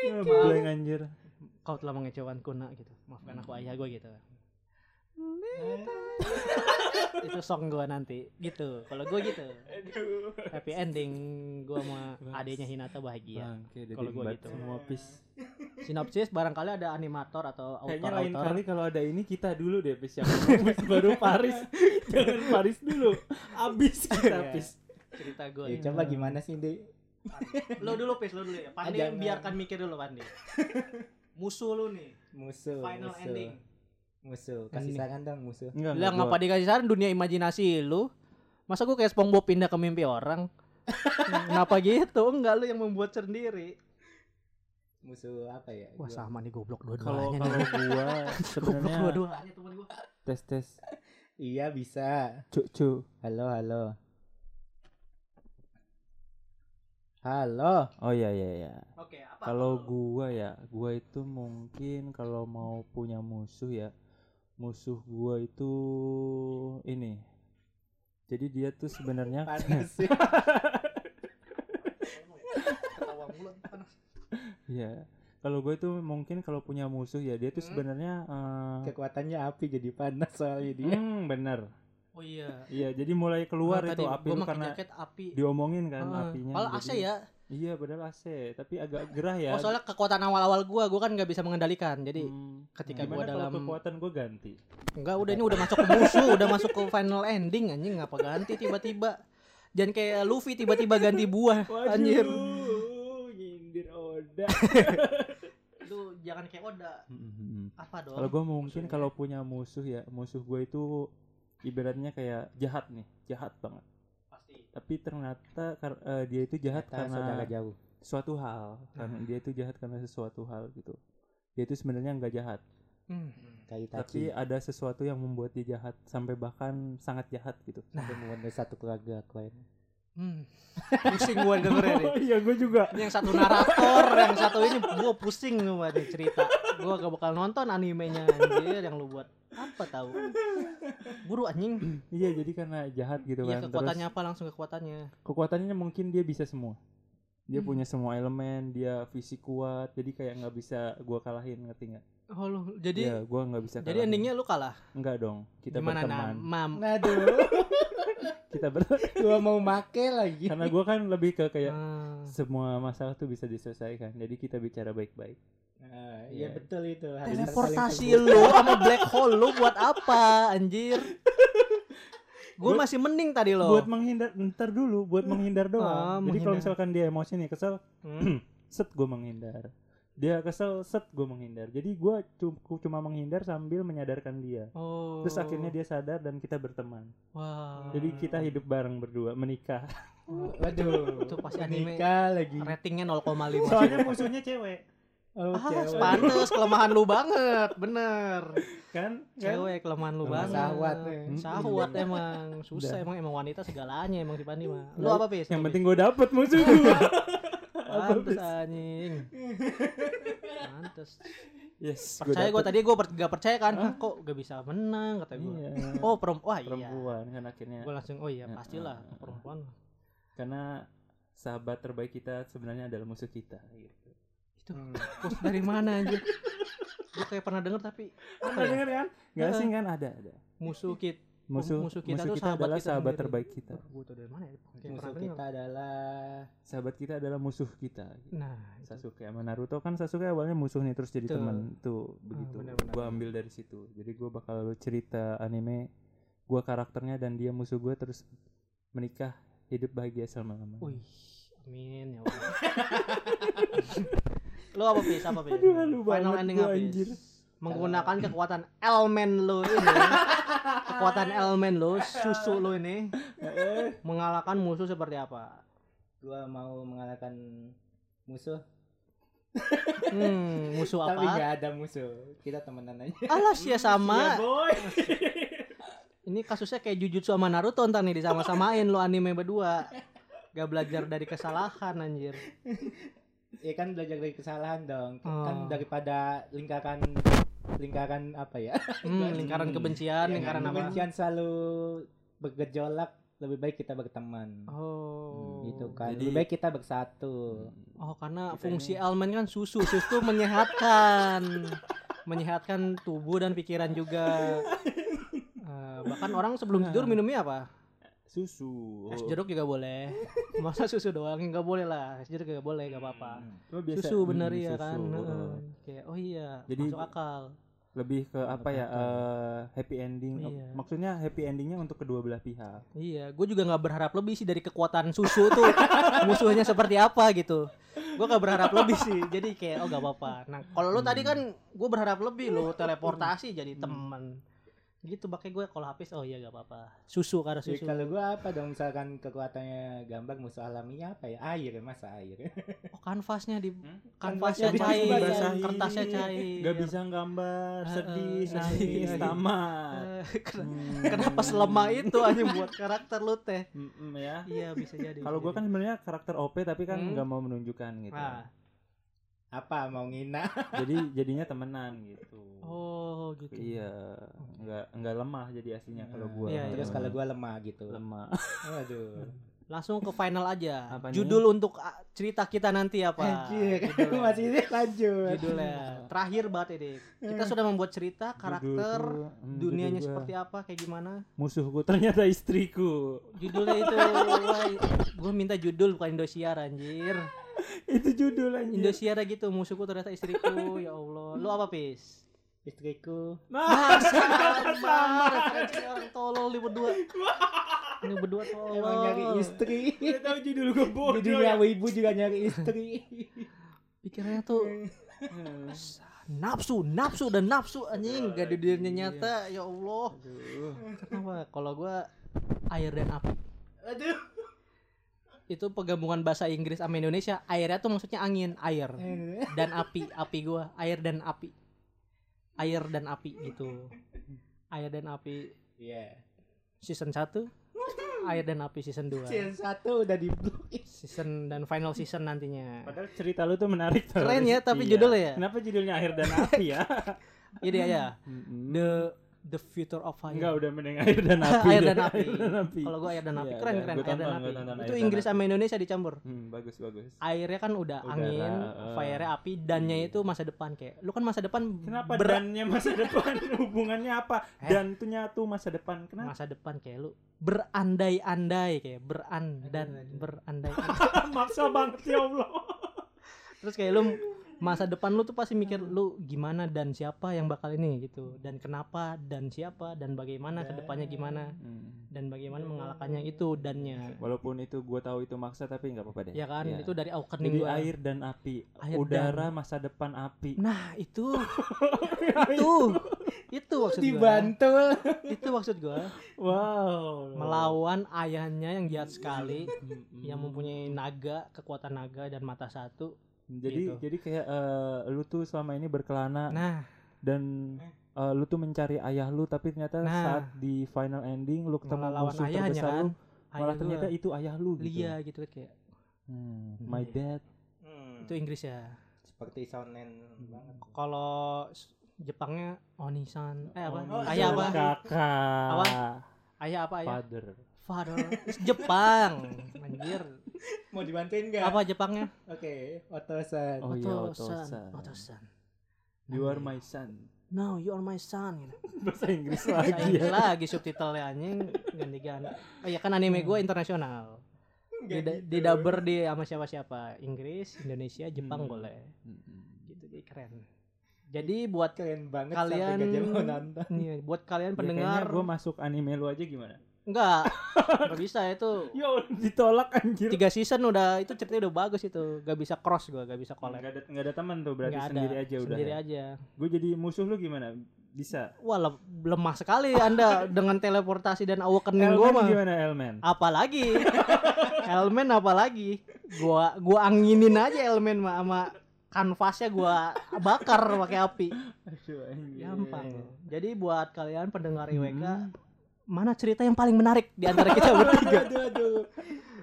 Ya, Blank anjir.
Kau telah mengecewakanku nak gitu. Maafkan
Hmm.
aku ayah gue gitu. Itu song gue nanti gitu. Kalau gue gitu. Happy ending gue sama adiknya Hinata bahagia.
Bangke,
Iya. Kalau
jadi
gua
embat
gitu.
semua pis.
Sinopsis barangkali ada animator atau
Kayaknya lain
author-author.
kali kalau ada ini kita dulu deh, Pis. Yang ngomong, Pis. baru Paris. Jangan Paris dulu. Abis kita, Iya.
Iya.
Pis.
cerita gue.
Ya, coba gimana sih Di?
Lo dulu pis, lo dulu ya. Pandi
Ah, jangan.
biarkan mikir dulu Pandi. Musuh lu nih,
musuh
final
musuh,
ending.
musuh kasih
Ending.
saran dong musuh
Enggak,
Lah ngapa dikasih saran dunia imajinasi lu? Masa gue kayak SpongeBob pindah ke mimpi orang? Kenapa gitu? Enggak lu yang membuat sendiri.
musuh apa ya
Wah
Gua-
sama nih goblok
Kalau
dua-duanya.
kalau
nih.
gua
goblok
sebenarnya
dua-duanya temen gua.
tes-tes
iya bisa
cucu.
halo halo halo
Oh iya iya iya.
Oke, apa?
Kalau gua ya, gua itu mungkin kalau mau punya musuh ya, musuh gua itu ini. Jadi dia tuh sebenarnya
panas sih
Ketawa mulu, panas.
ya. Kalau gue itu mungkin kalau punya musuh ya dia tuh
Hmm.
sebenarnya eh,
kekuatannya api jadi panas soalnya dia
hmm, bener.
Oh iya.
Iya, jadi mulai keluar
Nah,
itu
tadi
api
gua
lu
pakai
karena
jaket api.
diomongin kan
Heeh.
apinya.
Padahal AC
jadi-
ya.
Iya, padahal AC, tapi agak gerah ya.
Oh soalnya kekuatan awal-awal gua, gua kan nggak bisa mengendalikan. Jadi
Hmm,
ketika
gimana
gua
kalau
dalam
kekuatan gue ganti?
Enggak, udah ini udah masuk ke musuh, udah masuk ke final ending anjing ngapa ganti tiba-tiba. Jangan kayak Luffy tiba-tiba ganti buah anjir.
nyindir Oda.
Lu jangan kayak Oda. Apa dong?
Hmm, Kalau gue mungkin
Maksudnya?
kalau punya musuh ya, musuh gue itu ibaratnya kayak jahat nih, jahat banget.
pasti.
Tapi ternyata kar- eh, dia itu jahat
Ternyata saudara
karena
jauh
suatu hal. Karena
Hmm.
dia itu jahat karena sesuatu hal gitu. Dia itu sebenarnya nggak jahat,
Hmm.
kayak
tapi
Itachi
ada sesuatu yang membuat dia jahat sampai bahkan sangat jahat gitu.
Nah.
sampai membunuh satu keluarga klien
Hmm. Pusing gua dengerin nih.
Iya, gue juga.
Ini yang satu narator, yang satu ini gua pusing gua nih cerita. Gua gak bakal nonton animenya anjir yang lu buat. Apa tahu? Buru anjing.
Iya, jadi karena jahat gitu
Iya
kan.
kekuatannya apa langsung kekuatannya.
kekuatannya mungkin dia bisa semua dia
Hmm.
punya semua elemen dia fisik kuat jadi kayak nggak bisa gua kalahin ngerti nggak
Oh, lu.
dia
Jadi
gua nggak bisa
jadi endingnya lu kalah.
nggak dong Iya, kita
Gimana
berteman
nam? Mam.
aduh
kita berteman
gua mau make lagi
Iya.
karena gua kan lebih ke kayak
Ah.
semua masalah tuh bisa diselesaikan jadi kita bicara baik-baik
Nah,
Iya.
iya betul itu harus
Teleportasi
saling
lu sama black hole lu buat apa anjir? Gue masih mending tadi lo.
buat menghindar ntar dulu buat menghindar
Ah,
doang jadi kalau
menghindar.
misalkan dia emosi nih kesel
Hmm.
set gua menghindar dia kesel set gua menghindar jadi gua cu- cuma menghindar sambil menyadarkan dia
Oh.
terus akhirnya dia sadar dan kita berteman
Wah.
Jadi kita hidup bareng berdua menikah.
tumbuk. waduh
Itu pasti anime.
nikah lagi
ratingnya 0,5.
Soalnya musuhnya cewek,
oh
Ah,
cewek.
pantes kelemahan lu banget, bener.
kan? kan? Hmm.
Cewek kelemahan lu
Kelemahan
banget.
sahwat
eh.
nih.
Sahwat emang susah
Udah.
emang emang wanita segalanya emang si Pandi mah.
Lah,
Lu apa pis?
Yang penting gue dapet musuh gue. apa,
pantes
Pis?
anjing. Pantes.
yes.
Percaya gue
dapet.
tadi gue gak percaya kan? Hah, Kok gak bisa menang kata gue.
Iya.
Oh perempuan, wah iya.
perempuan kan akhirnya.
gue langsung oh iya
Heeh.
pastilah perempuan
Karena sahabat terbaik kita sebenarnya adalah musuh kita. Gitu.
itu
Hmm.
quotes dari mana anjir gue kayak pernah denger tapi apa ya?
denger kan? Gak
Heeh.
asing kan ada ada.
musuh kit
Musuh,
musuh kita tuh sahabat
adalah
kita
sahabat
sendiri.
terbaik kita.
gue tau dari mana ya Kayak
musuh
pernah denger.
kita adalah
Sahabat kita adalah musuh kita. gitu.
nah itu.
Sasuke sama Naruto kan Sasuke awalnya musuh nih terus jadi
Betul. Ah,
teman tuh begitu.
benar-benar.
gua ambil dari situ. Jadi gua bakal cerita anime gua karakternya dan dia musuh gua terus menikah hidup bahagia selama-lamanya.
wih amin ya Allah lu apa bis apa bis
Aduh, halu
final
banget
ending
gua,
apa ya? Pis?
anjir.
menggunakan kekuatan elemen lu ini kekuatan elemen lu susu lu ini mengalahkan musuh seperti apa
gua mau mengalahkan musuh
hmm musuh apa
tapi nggak Iya, ada musuh kita temenan aja
alas ya sama
boy
Ini kasusnya kayak Jujutsu sama Naruto ntar nih disama-samain lo anime berdua. Gak belajar dari kesalahan anjir.
ya kan belajar dari kesalahan dong
Oh.
kan daripada lingkaran lingkaran apa ya
Hmm, lingkaran kebencian,
Yang
lingkaran apa?
Iya, kebencian selalu bergejolak lebih baik kita berteman
Oh.
gitu kan
Jadi-
lebih baik kita bersatu
Oh, karena
Kita
fungsi
ini-
almond kan susu, susu tuh menyehatkan. menyehatkan
Nah.
tubuh dan pikiran juga. Eh, bahkan orang sebelum tidur minumnya apa?
susu.
Es jeruk juga boleh. Masa susu doang nggak boleh lah. Es jeruk nggak boleh, nggak apa-apa.
Cuma biasa-
Susu bener
hmm,
ya
susu,
kan.
heeh.
Heeh. Kayak oh iya,
Jadi-
masuk akal.
Lebih ke apa ya
Betul.
eh, happy ending.
Iya.
Maksudnya happy endingnya untuk kedua belah pihak.
Iya, gue juga nggak berharap lebih sih dari kekuatan susu tuh musuhnya seperti apa gitu. Gue nggak berharap lebih sih. Jadi kayak oh nggak apa-apa. Nah, kalau lu tadi kan
Hmm.
gue berharap lebih lo teleportasi jadi teman. Gitu makanya gue kalau habis oh iya nggak apa-apa. Susu
Iya
karena
Jadi
susu.
Ya,
kan?
kalau gua apa dong misalkan kekuatannya gambar musuh alaminya apa ya? Air, masa air.
Oh, kanvasnya di
Hmm?
kanvasnya
Kanvasnya
cair,
dibasahin.
kertasnya cair.
Gak Iya. bisa gambar,
Iya. Heeh,
sedih,
sedih,
nangis,
iya.
tamat.
Eh, ken-
Hmm.
Kenapa selemah itu aja buat karakter lu teh?
Hmm, hmm, ya.
Iya bisa jadi.
Kalau
bisa
gue kan
jadi.
sebenarnya karakter OP tapi kan
Hmm.
nggak mau menunjukkan gitu.
Ah.
Apa mau ngina?
Jadi jadinya temenan gitu.
Oh gitu.
Iya, nggak nggak lemah jadi aslinya kalau
Nah,
gua.
Iya, iya.
Terus kalau gua lemah gitu.
lemah.
Waduh.
Langsung ke final aja.
Apa nih?
Judul untuk ah, cerita kita nanti apa?
Anjir,
Judulnya.
masih ini lanjut.
Judulnya. Terakhir banget ini. Kita sudah membuat cerita karakter
Judulku, hmm, judul
dunianya
gua,
seperti apa, kayak gimana.
musuhku ternyata istriku.
Judulnya itu gue minta judul bukan Indosiar anjir.
Itu judul anjir.
Indosiar gitu musuhku ternyata istriku ya Allah. Lu apa pis?
Istriku.
Masa Akbar, referensi orang tolol nih berdua. Ini berdua tolol.
Emang nyari istri.
Gak tahu judul gue
Di
ya.
dunia wibu juga nyari istri.
Pikirannya tuh nafsu, nafsu dan nafsu anjing gak ada di dunia nyata. Ya Allah. Kenapa? Kalau gua air dan api.
Aduh.
Itu penggabungan bahasa Inggris sama Indonesia. Airnya tuh maksudnya angin, air
Eh,
dan api, api gua, air dan api. Air dan api gitu. Air dan api
Iya.
season 1, air dan api season 2.
Season 1 udah di blok.
Season dan final season nantinya.
Padahal cerita lu tuh menarik tau.
Keren ya, tapi
Iya.
judulnya ya?
Kenapa judulnya akhir dan api ya?
Ini ya.
Mm-mm.
The the future of fire.
Enggak udah mending air dan api.
air
deh.
dan api.
Air dan api.
Kalau gua air dan api
Iya,
keren
iya.
keren
Gua
air dan
tonton,
api.
gua tonton
Itu
air dan
Inggris
api.
sama Indonesia dicampur.
Hmm, bagus bagus.
Airnya kan udah
Udara,
angin,
eh.
fire api, dannya itu masa depan kayak. Lu kan masa depan
Kenapa
ber-
dannya masa depan hubungannya apa?
Eh?
Dan tuh nyatu masa depan. Kenapa?
masa depan kayak lu berandai-andai kayak berandan
Aduh, aduh.
berandai.
Maksa banget ya Allah.
Terus kayak lu masa depan lu tuh pasti mikir lu gimana dan siapa yang bakal ini gitu dan kenapa dan siapa dan bagaimana kedepannya gimana dan bagaimana mengalahkannya itu dannya
Walaupun itu gue tahu itu maksa tapi nggak apa-apa deh.
ya kan itu dari
Iya. Jadi
awakening gua.
air dan api,
Air
udara masa depan api.
Nah itu
ya
itu itu maksud gua
Dibantul.
itu maksud gua
Wow.
melawan ayahnya yang jahat sekali
Mm-mm.
yang mempunyai naga kekuatan naga dan mata satu
Jadi
gitu.
jadi kayak eh, lu tuh selama ini berkelana
nah
dan eh, lu tuh mencari ayah lu tapi ternyata
Nah.
saat di final ending lu ketemu
malah lawan
musuh
ayahnya
terbesar
kan
lu, malah
Ayah gua,
ternyata itu ayah lu gitu.
Lia gitu kan kayak
Hmm, my
Iya.
dad.
Hmm.
itu Inggris ya
Seperti sonen banget.
kalau s- Jepangnya Onisan eh apa
Onisan.
ayah apa
Kakak.
Apa? ayah apa ayah
Father.
father Jepang anjir
Mau dibantuin gak?
apa Jepangnya
Oke, otosan.
Oh iya, Otosan.
Otosan Otosan
You
Iya.
are my son.
No, you are my son gitu.
Bahasa Inggris
Bahasa
lagi
Inggris
ya.
lagi subtitlenya anjing ganti-ganti. Oh iya kan
Hmm.
anime gue internasional. Di,
gitu.
gitu
di dubber di sama siapa-siapa. Inggris, Indonesia,
Hmm.
Jepang
Iya,
boleh.
Mm-mm.
Gitu jadi keren. Jadi buat
keren banget
kalian
sampai gak mau nonton.
nih buat
Ya,
kalian
kayaknya
pendengar
gue masuk anime lu aja gimana?
enggak enggak bisa itu
Yo, ditolak anjir.
tiga season udah itu ceritanya udah bagus itu gak bisa cross gue gak bisa collab
Enggak ada enggak ada teman tuh berarti
Nggak ada,
sendiri aja udah. ya?
sendiri aja
Gue jadi musuh lu gimana? Bisa.
wah le- lemah sekali anda dengan teleportasi dan awakening gue
Elman
mah
gimana Elman?
apalagi elemen apalagi gua gua anginin aja elemen mah sama kanvasnya gua bakar pakai api
Aduh,
Ya,
anjir.
Iya.
gampang jadi buat kalian pendengar IWK
Hmm.
mana cerita yang paling menarik di antara kita bertiga
Aduh, aduh.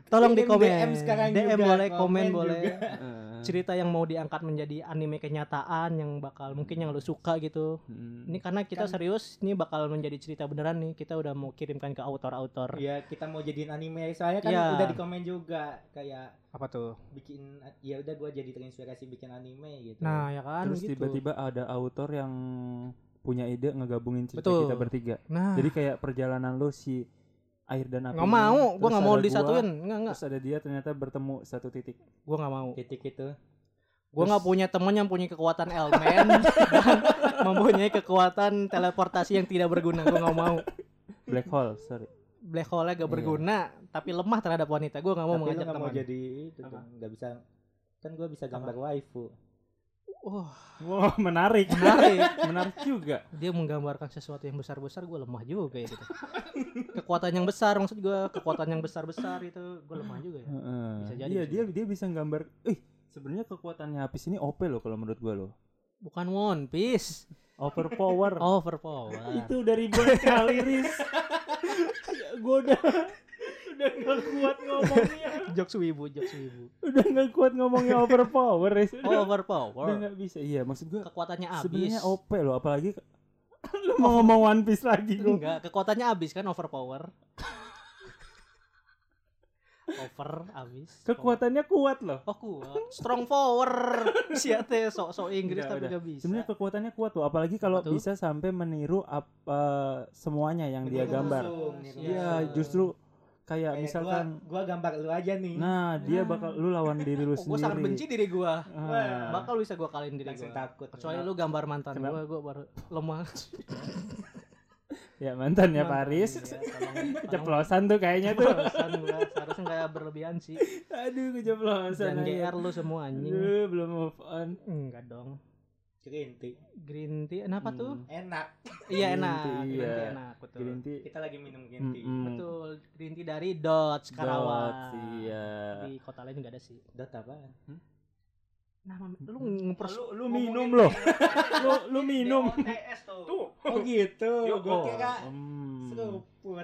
tolong
Kirim
di komen
DM sekarang juga,
boleh komen,
komen
boleh
juga.
Eh,
cerita yang mau diangkat menjadi anime kenyataan yang bakal mungkin yang lu suka gitu
mm,
ini karena kita
Kan-
serius ini bakal menjadi cerita beneran nih kita udah mau kirimkan ke autor-autor
Iya, kita mau jadiin anime. Soalnya kan
Ya.
udah di komen juga kayak
apa tuh
bikin ya udah gua jadi terinspirasi bikin anime gitu.
nah ya kan
Terus
gitu.
tiba-tiba ada autor yang punya ide ngegabungin cerita
Betul.
kita bertiga.
nah
Jadi kayak perjalanan lu si air dan api
nggak
ini,
mau gue
terus
nggak mau
ada gua,
disatuin nggak nggak
terus ada dia ternyata bertemu satu titik
gue nggak mau
titik itu
gue nggak
Terus-
punya temen yang punya kekuatan elemen dan mempunyai kekuatan teleportasi yang tidak berguna gue nggak mau
black hole sorry
black hole gak
Iya.
berguna tapi lemah terhadap wanita gue nggak mau
tapi lu
mengajak
nggak
teman
mau jadi itu
Apa?
tuh nggak bisa kan gue bisa gambar waifu
Wah,
wow menarik
menarik
menarik juga
Oh, dia menggambarkan sesuatu yang besar besar gue lemah juga ya gitu. kekuatan yang besar maksud gue kekuatan yang besar besar itu gue lemah juga ya
Heeh.
Bisa jadi,
iya
bisa
dia dia bisa gambar eh sebenarnya kekuatannya habis ini OP loh kalau menurut gua loh
bukan one piece
overpower
Oh. overpower
udah ribuan kali Riz gue udah udah nggak kuat ngomongnya
jokes wibu jokes wibu
udah nggak kuat ngomongnya overpower Riz udah udah
overpower
nggak bisa iya maksud gue
kekuatannya habis
sebenarnya OP loh apalagi lu mau ngomong One Piece lagi gua.
enggak kekuatannya habis kan overpower over habis
kekuatannya kuat loh
oh kuat strong power siate sok sok Inggris
Udah,
tapi
udah.
gak bisa
sebenarnya kekuatannya kuat loh apalagi kalau
Apa tuh?
bisa sampai meniru apa semuanya
Iya,
yang dia
Meniru
gambar
langsung,
kan?
meniru
iya
langsung.
justru kayak
Kayak
misalkan
Eh, gua, gua gambar lu aja nih
nah dia bakal lu lawan diri lu
oh, gue sangat benci
sendiri
diri gue
Ah.
bakal bisa gue kalin diri
langsung
gue
takut Nah,
kecuali lu gambar mantan
Kenapa?
gue gue baru lemah
ya mantannya
Mantan,
Paris
iya, tolong- tolong-
keceplosan tuh kayaknya tuh
Barusan gua, seharusnya nggak berlebihan sih
aduh keceplosan
jangan
aja.
GR lu semua anjing
aduh belum move on
enggak dong
Kerinti.
green tea kenapa tuh
Hmm.
enak
iya
Green
enak
tea,
green
iya.
tea enak betul
Green tea
kita lagi minum kerinti
Mm-mm.
betul green tea dari Dots Karawang
Dots, Hmm. iya
di kota lain juga ada sih
dot apa
nah mam- lu ngepers
lu, lu kan? minum loh lu lu minum
tuh Mm.
oh gitu
Yo,
gua
oh.
kira
Hmm.
seruput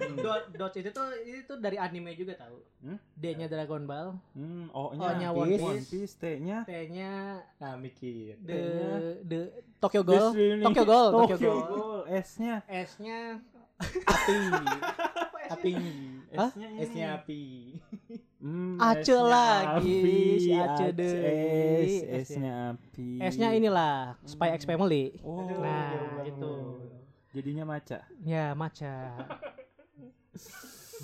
Hmm.
Dot, Dots itu tuh itu dari anime juga tau
Hmm?
D-nya Dragon Ball
Hmm, O-nya
O-nya
One
One
Piece,
Piece.
T-nya
T-nya
nah mikir
the
T-nya.
the Tokyo Ghoul
Disney.
Tokyo Ghoul Tokyo
Tokyo
Ghoul
Ghoul. S-nya
S-nya
api api
Hah?
S-nya ini.
esnya api
Hmm,
Ace
S-nya
lagi,
api,
si Ace deh.
S, S-nya api.
S-nya inilah
Hmm.
Spy X Family
Oh,
Aduh,
Nah,
jauh banget.
gitu.
Jadinya maca.
ya maca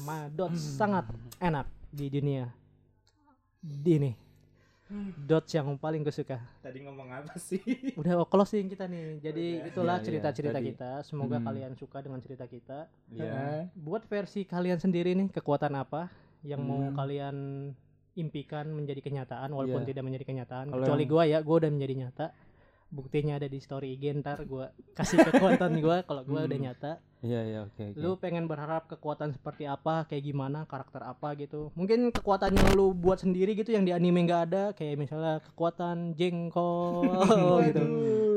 Ma Dots
Hmm.
sangat enak di dunia di ini Dots yang paling gue suka
tadi ngomong apa sih
udah closing kita nih jadi
Udah.
itulah
Iya, iya,
cerita-cerita
tadi.
kita semoga
Hmm.
kalian suka dengan cerita kita
Iya.
Nah, buat versi kalian sendiri nih kekuatan apa yang mau
Hmm.
kalian impikan menjadi kenyataan walaupun
Iya.
tidak menjadi kenyataan
Kalau
kecuali
yang-
gua ya gua udah menjadi nyata buktinya ada di story IG ntar gua kasih kekuatan gua kalau gua udah
Hmm.
nyata
Iya, iya, oke, oke.
lu pengen berharap kekuatan seperti apa kayak gimana karakter apa gitu mungkin kekuatan yang lu buat sendiri gitu yang di anime nggak ada kayak misalnya kekuatan jengkol gitu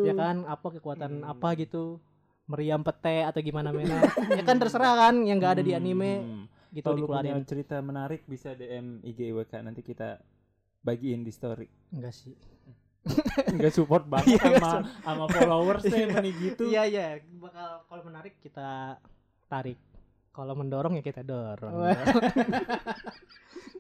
ya
Hmm.
kan apa kekuatan
Hmm.
apa gitu meriam pete atau gimana mena ya kan terserah kan yang nggak ada di anime
Hmm.
gitu
Kalau lu punya
dikeluarin
cerita menarik bisa DM IG IWK nanti kita bagiin di story.
enggak sih
Enggak support banget
Iya, nggak
sama sama followers deh meni gitu.
iya iya bakal kalau menarik kita tarik kalau mendorong ya kita dorong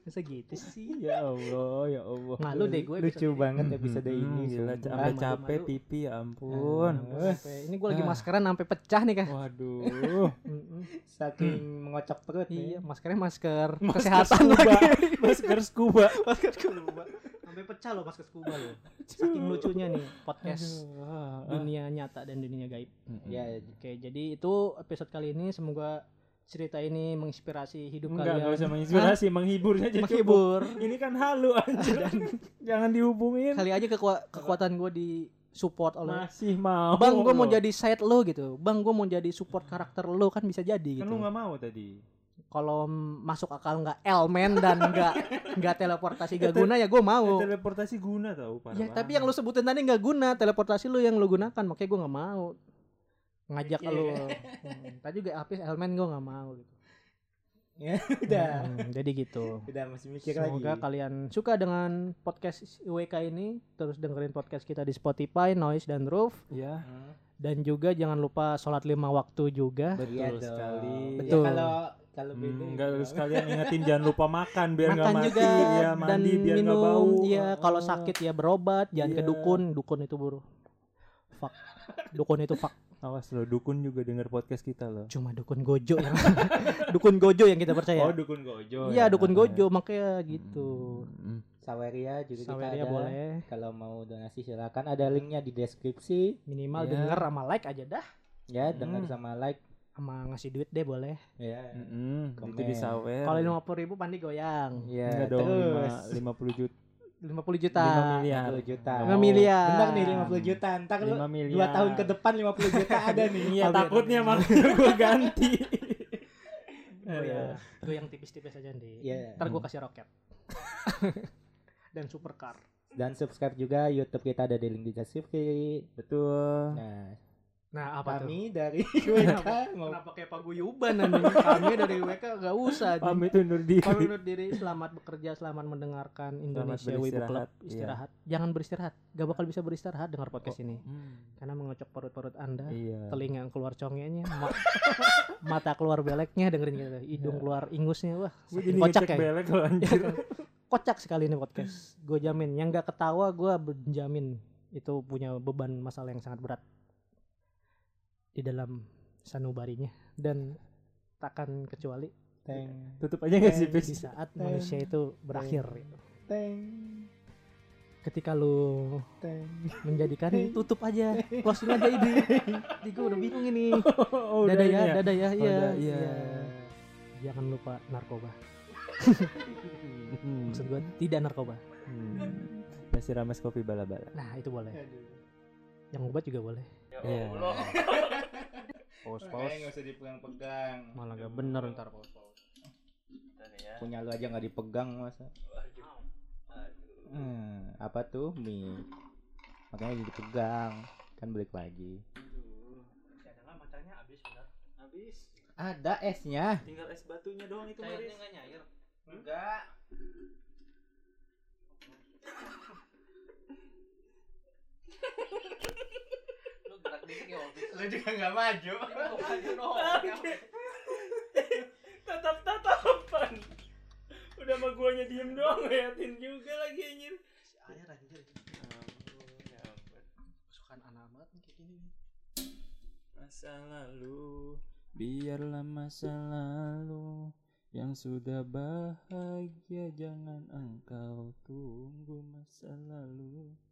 masa gitu sih
Ya Allah, ya Allah.
Malu deh gue
lucu
episode
banget
Hmm,
episode
hmm,
ini
gila,
sumpah.
sampai
Malu,
capek
malu.
pipi, ya ampun.
Pun. ini gue lagi
Ah.
maskeran sampai pecah nih kan.
Waduh,
Mm-mm.
saking mengocok perut
Iya,
nih
maskernya masker,
Masker
kesehatan
scuba.
lagi.
masker scuba.
masker scuba. Sampai pecah loh masker scuba loh. Saking lucunya nih podcast
Aduh, Hmm. ah, ah.
dunia nyata dan dunia gaib.
Mm-mm.
ya
Oke, jadi itu episode kali ini semoga cerita ini menginspirasi hidup
Enggak,
kalian.
enggak usah menginspirasi, menghibur saja cukup.
menghibur.
Ini kan halu anjir. Jangan dihubungin.
Kali aja kekua- kekuatan gue di support oleh
Masih mau.
Bang, gue mau
loh.
jadi side lo gitu. Bang, gue mau jadi support karakter lo kan bisa jadi gitu.
Kan lu gak mau tadi.
kalau masuk akal nggak elemen dan nggak nggak teleportasi nggak guna ya gue mau
Teleportasi guna tau parah
ya
banget.
tapi yang lu sebutin tadi nggak guna teleportasi lu yang lu gunakan makanya gue nggak mau ngajak
Iya.
lu Hmm, tadi juga habis elemen gue nggak mau gitu
udah
Hmm, jadi gitu
udah masih
Iya,
mikir
Semoga
lagi
kalian suka dengan podcast IWK ini Terus dengerin podcast kita di Spotify, Noise, dan Roof
Iya,
Hmm.
Dan juga jangan lupa sholat lima waktu juga
betul
Iya dong.
sekali.
Ya,
Betul.
kalau kalau
Hmm,
beda
enggak
gimana?
harus kalian ingetin jangan lupa makan biar nggak
Makan
mati
juga
ya
dan
mandi biar nggak
minum
bau
Iya,
Ah,
kalau
ah.
sakit ya berobat, jangan ke
Iya.
dukun. Dukun itu buruk. Fuck. Dukun itu fuck.
Awas lo, dukun juga denger podcast kita loh.
Cuma dukun gojo yang dukun gojo yang kita percaya.
Oh, dukun gojo.
iya,
ya.
dukun gojo makanya gitu.
Hmm.
Saweria juga
Saweria
kita ada.
boleh.
Kalau mau donasi silakan ada linknya di deskripsi
Minimal
Iya.
denger sama like aja dah.
ya dengar
Hmm.
sama like
Sama ngasih duit deh boleh.
ya.
Mm-mm, Itu
Komen.
di sawer.
Kalau lima puluh ribu pandi goyang.
Ya,
Iya, Enggak dong, lima,
terus.
50 juta.
Lima puluh
5
juta.
miliar.
50 juta.
Nggak
Lima
mau.
miliar. Oh,
Benar nih 50 juta. Entar lu
5 miliar.
2 tahun ke depan 50 juta ada nih.
Iya,
Amin,
takutnya
amin.
makanya gue ganti.
Goyang. Goyang tipis-tipis aja nih.
Iya.
Ntar gue kasih roket. Dan supercar.
Dan subscribe juga YouTube kita ada di link di deskripsi.
Betul.
Nah,
Nah, apa tuh? Iya,
kami dari WK mau
Kenapa kayak paguyuban anjing? Kami dari WK gak usah. anjing.
Pamit undur diri.
Kami undur diri, selamat bekerja, selamat mendengarkan Indonesia Wibu Club
beristirahat, iya.
istirahat. Jangan beristirahat, gak bakal bisa beristirahat dengar podcast ini.
Hmm,
Karena mengocok perut-perut Anda,
Iya.
telinga keluar congenya, ma- mata keluar beleknya dengerin kita, hidung
Iya.
keluar ingusnya, wah.
Gue jadi
kocak
ngecek
ya.
belek lo anjir.
Kocak sekali ini podcast. Gue jamin, yang gak ketawa gue jamin itu punya beban masalah yang sangat berat di dalam sanubarinya dan takkan kecuali
teng
Tutup aja gak sih,
Eh,
di
Pis?
saat manusia itu berakhir
Iya.
teng
ketika lu
teng.
menjadikan
Iya.
tutup aja closing aja ini Jadi gua udah bingung ini
Oh,
dada
udah
ya
ini
dada ya
Oh,
iya
udah, iya.
iya. jangan lupa narkoba
Hmm,
maksud gua tidak narkoba
hmm. Nasi rames kopi bala-bala.
nah itu boleh
Aduh.
yang obat juga boleh
Iya.
pos
Makanya nggak usah dipegang-pegang.
malah gak bener ntar pos
Punya lu aja nggak dipegang masa. Hmm, apa tuh mie? Makanya jadi dipegang kan balik lagi. Ada esnya.
Tinggal es batunya doang itu, Maris.
Enggak. Lu juga nggak maju.
tatap tatapan udah sama guanya diem doang ngeliatin juga lagi anjir
kesukaan anak banget kayak gini
masa lalu biarlah masa lalu yang sudah bahagia jangan engkau tunggu masa lalu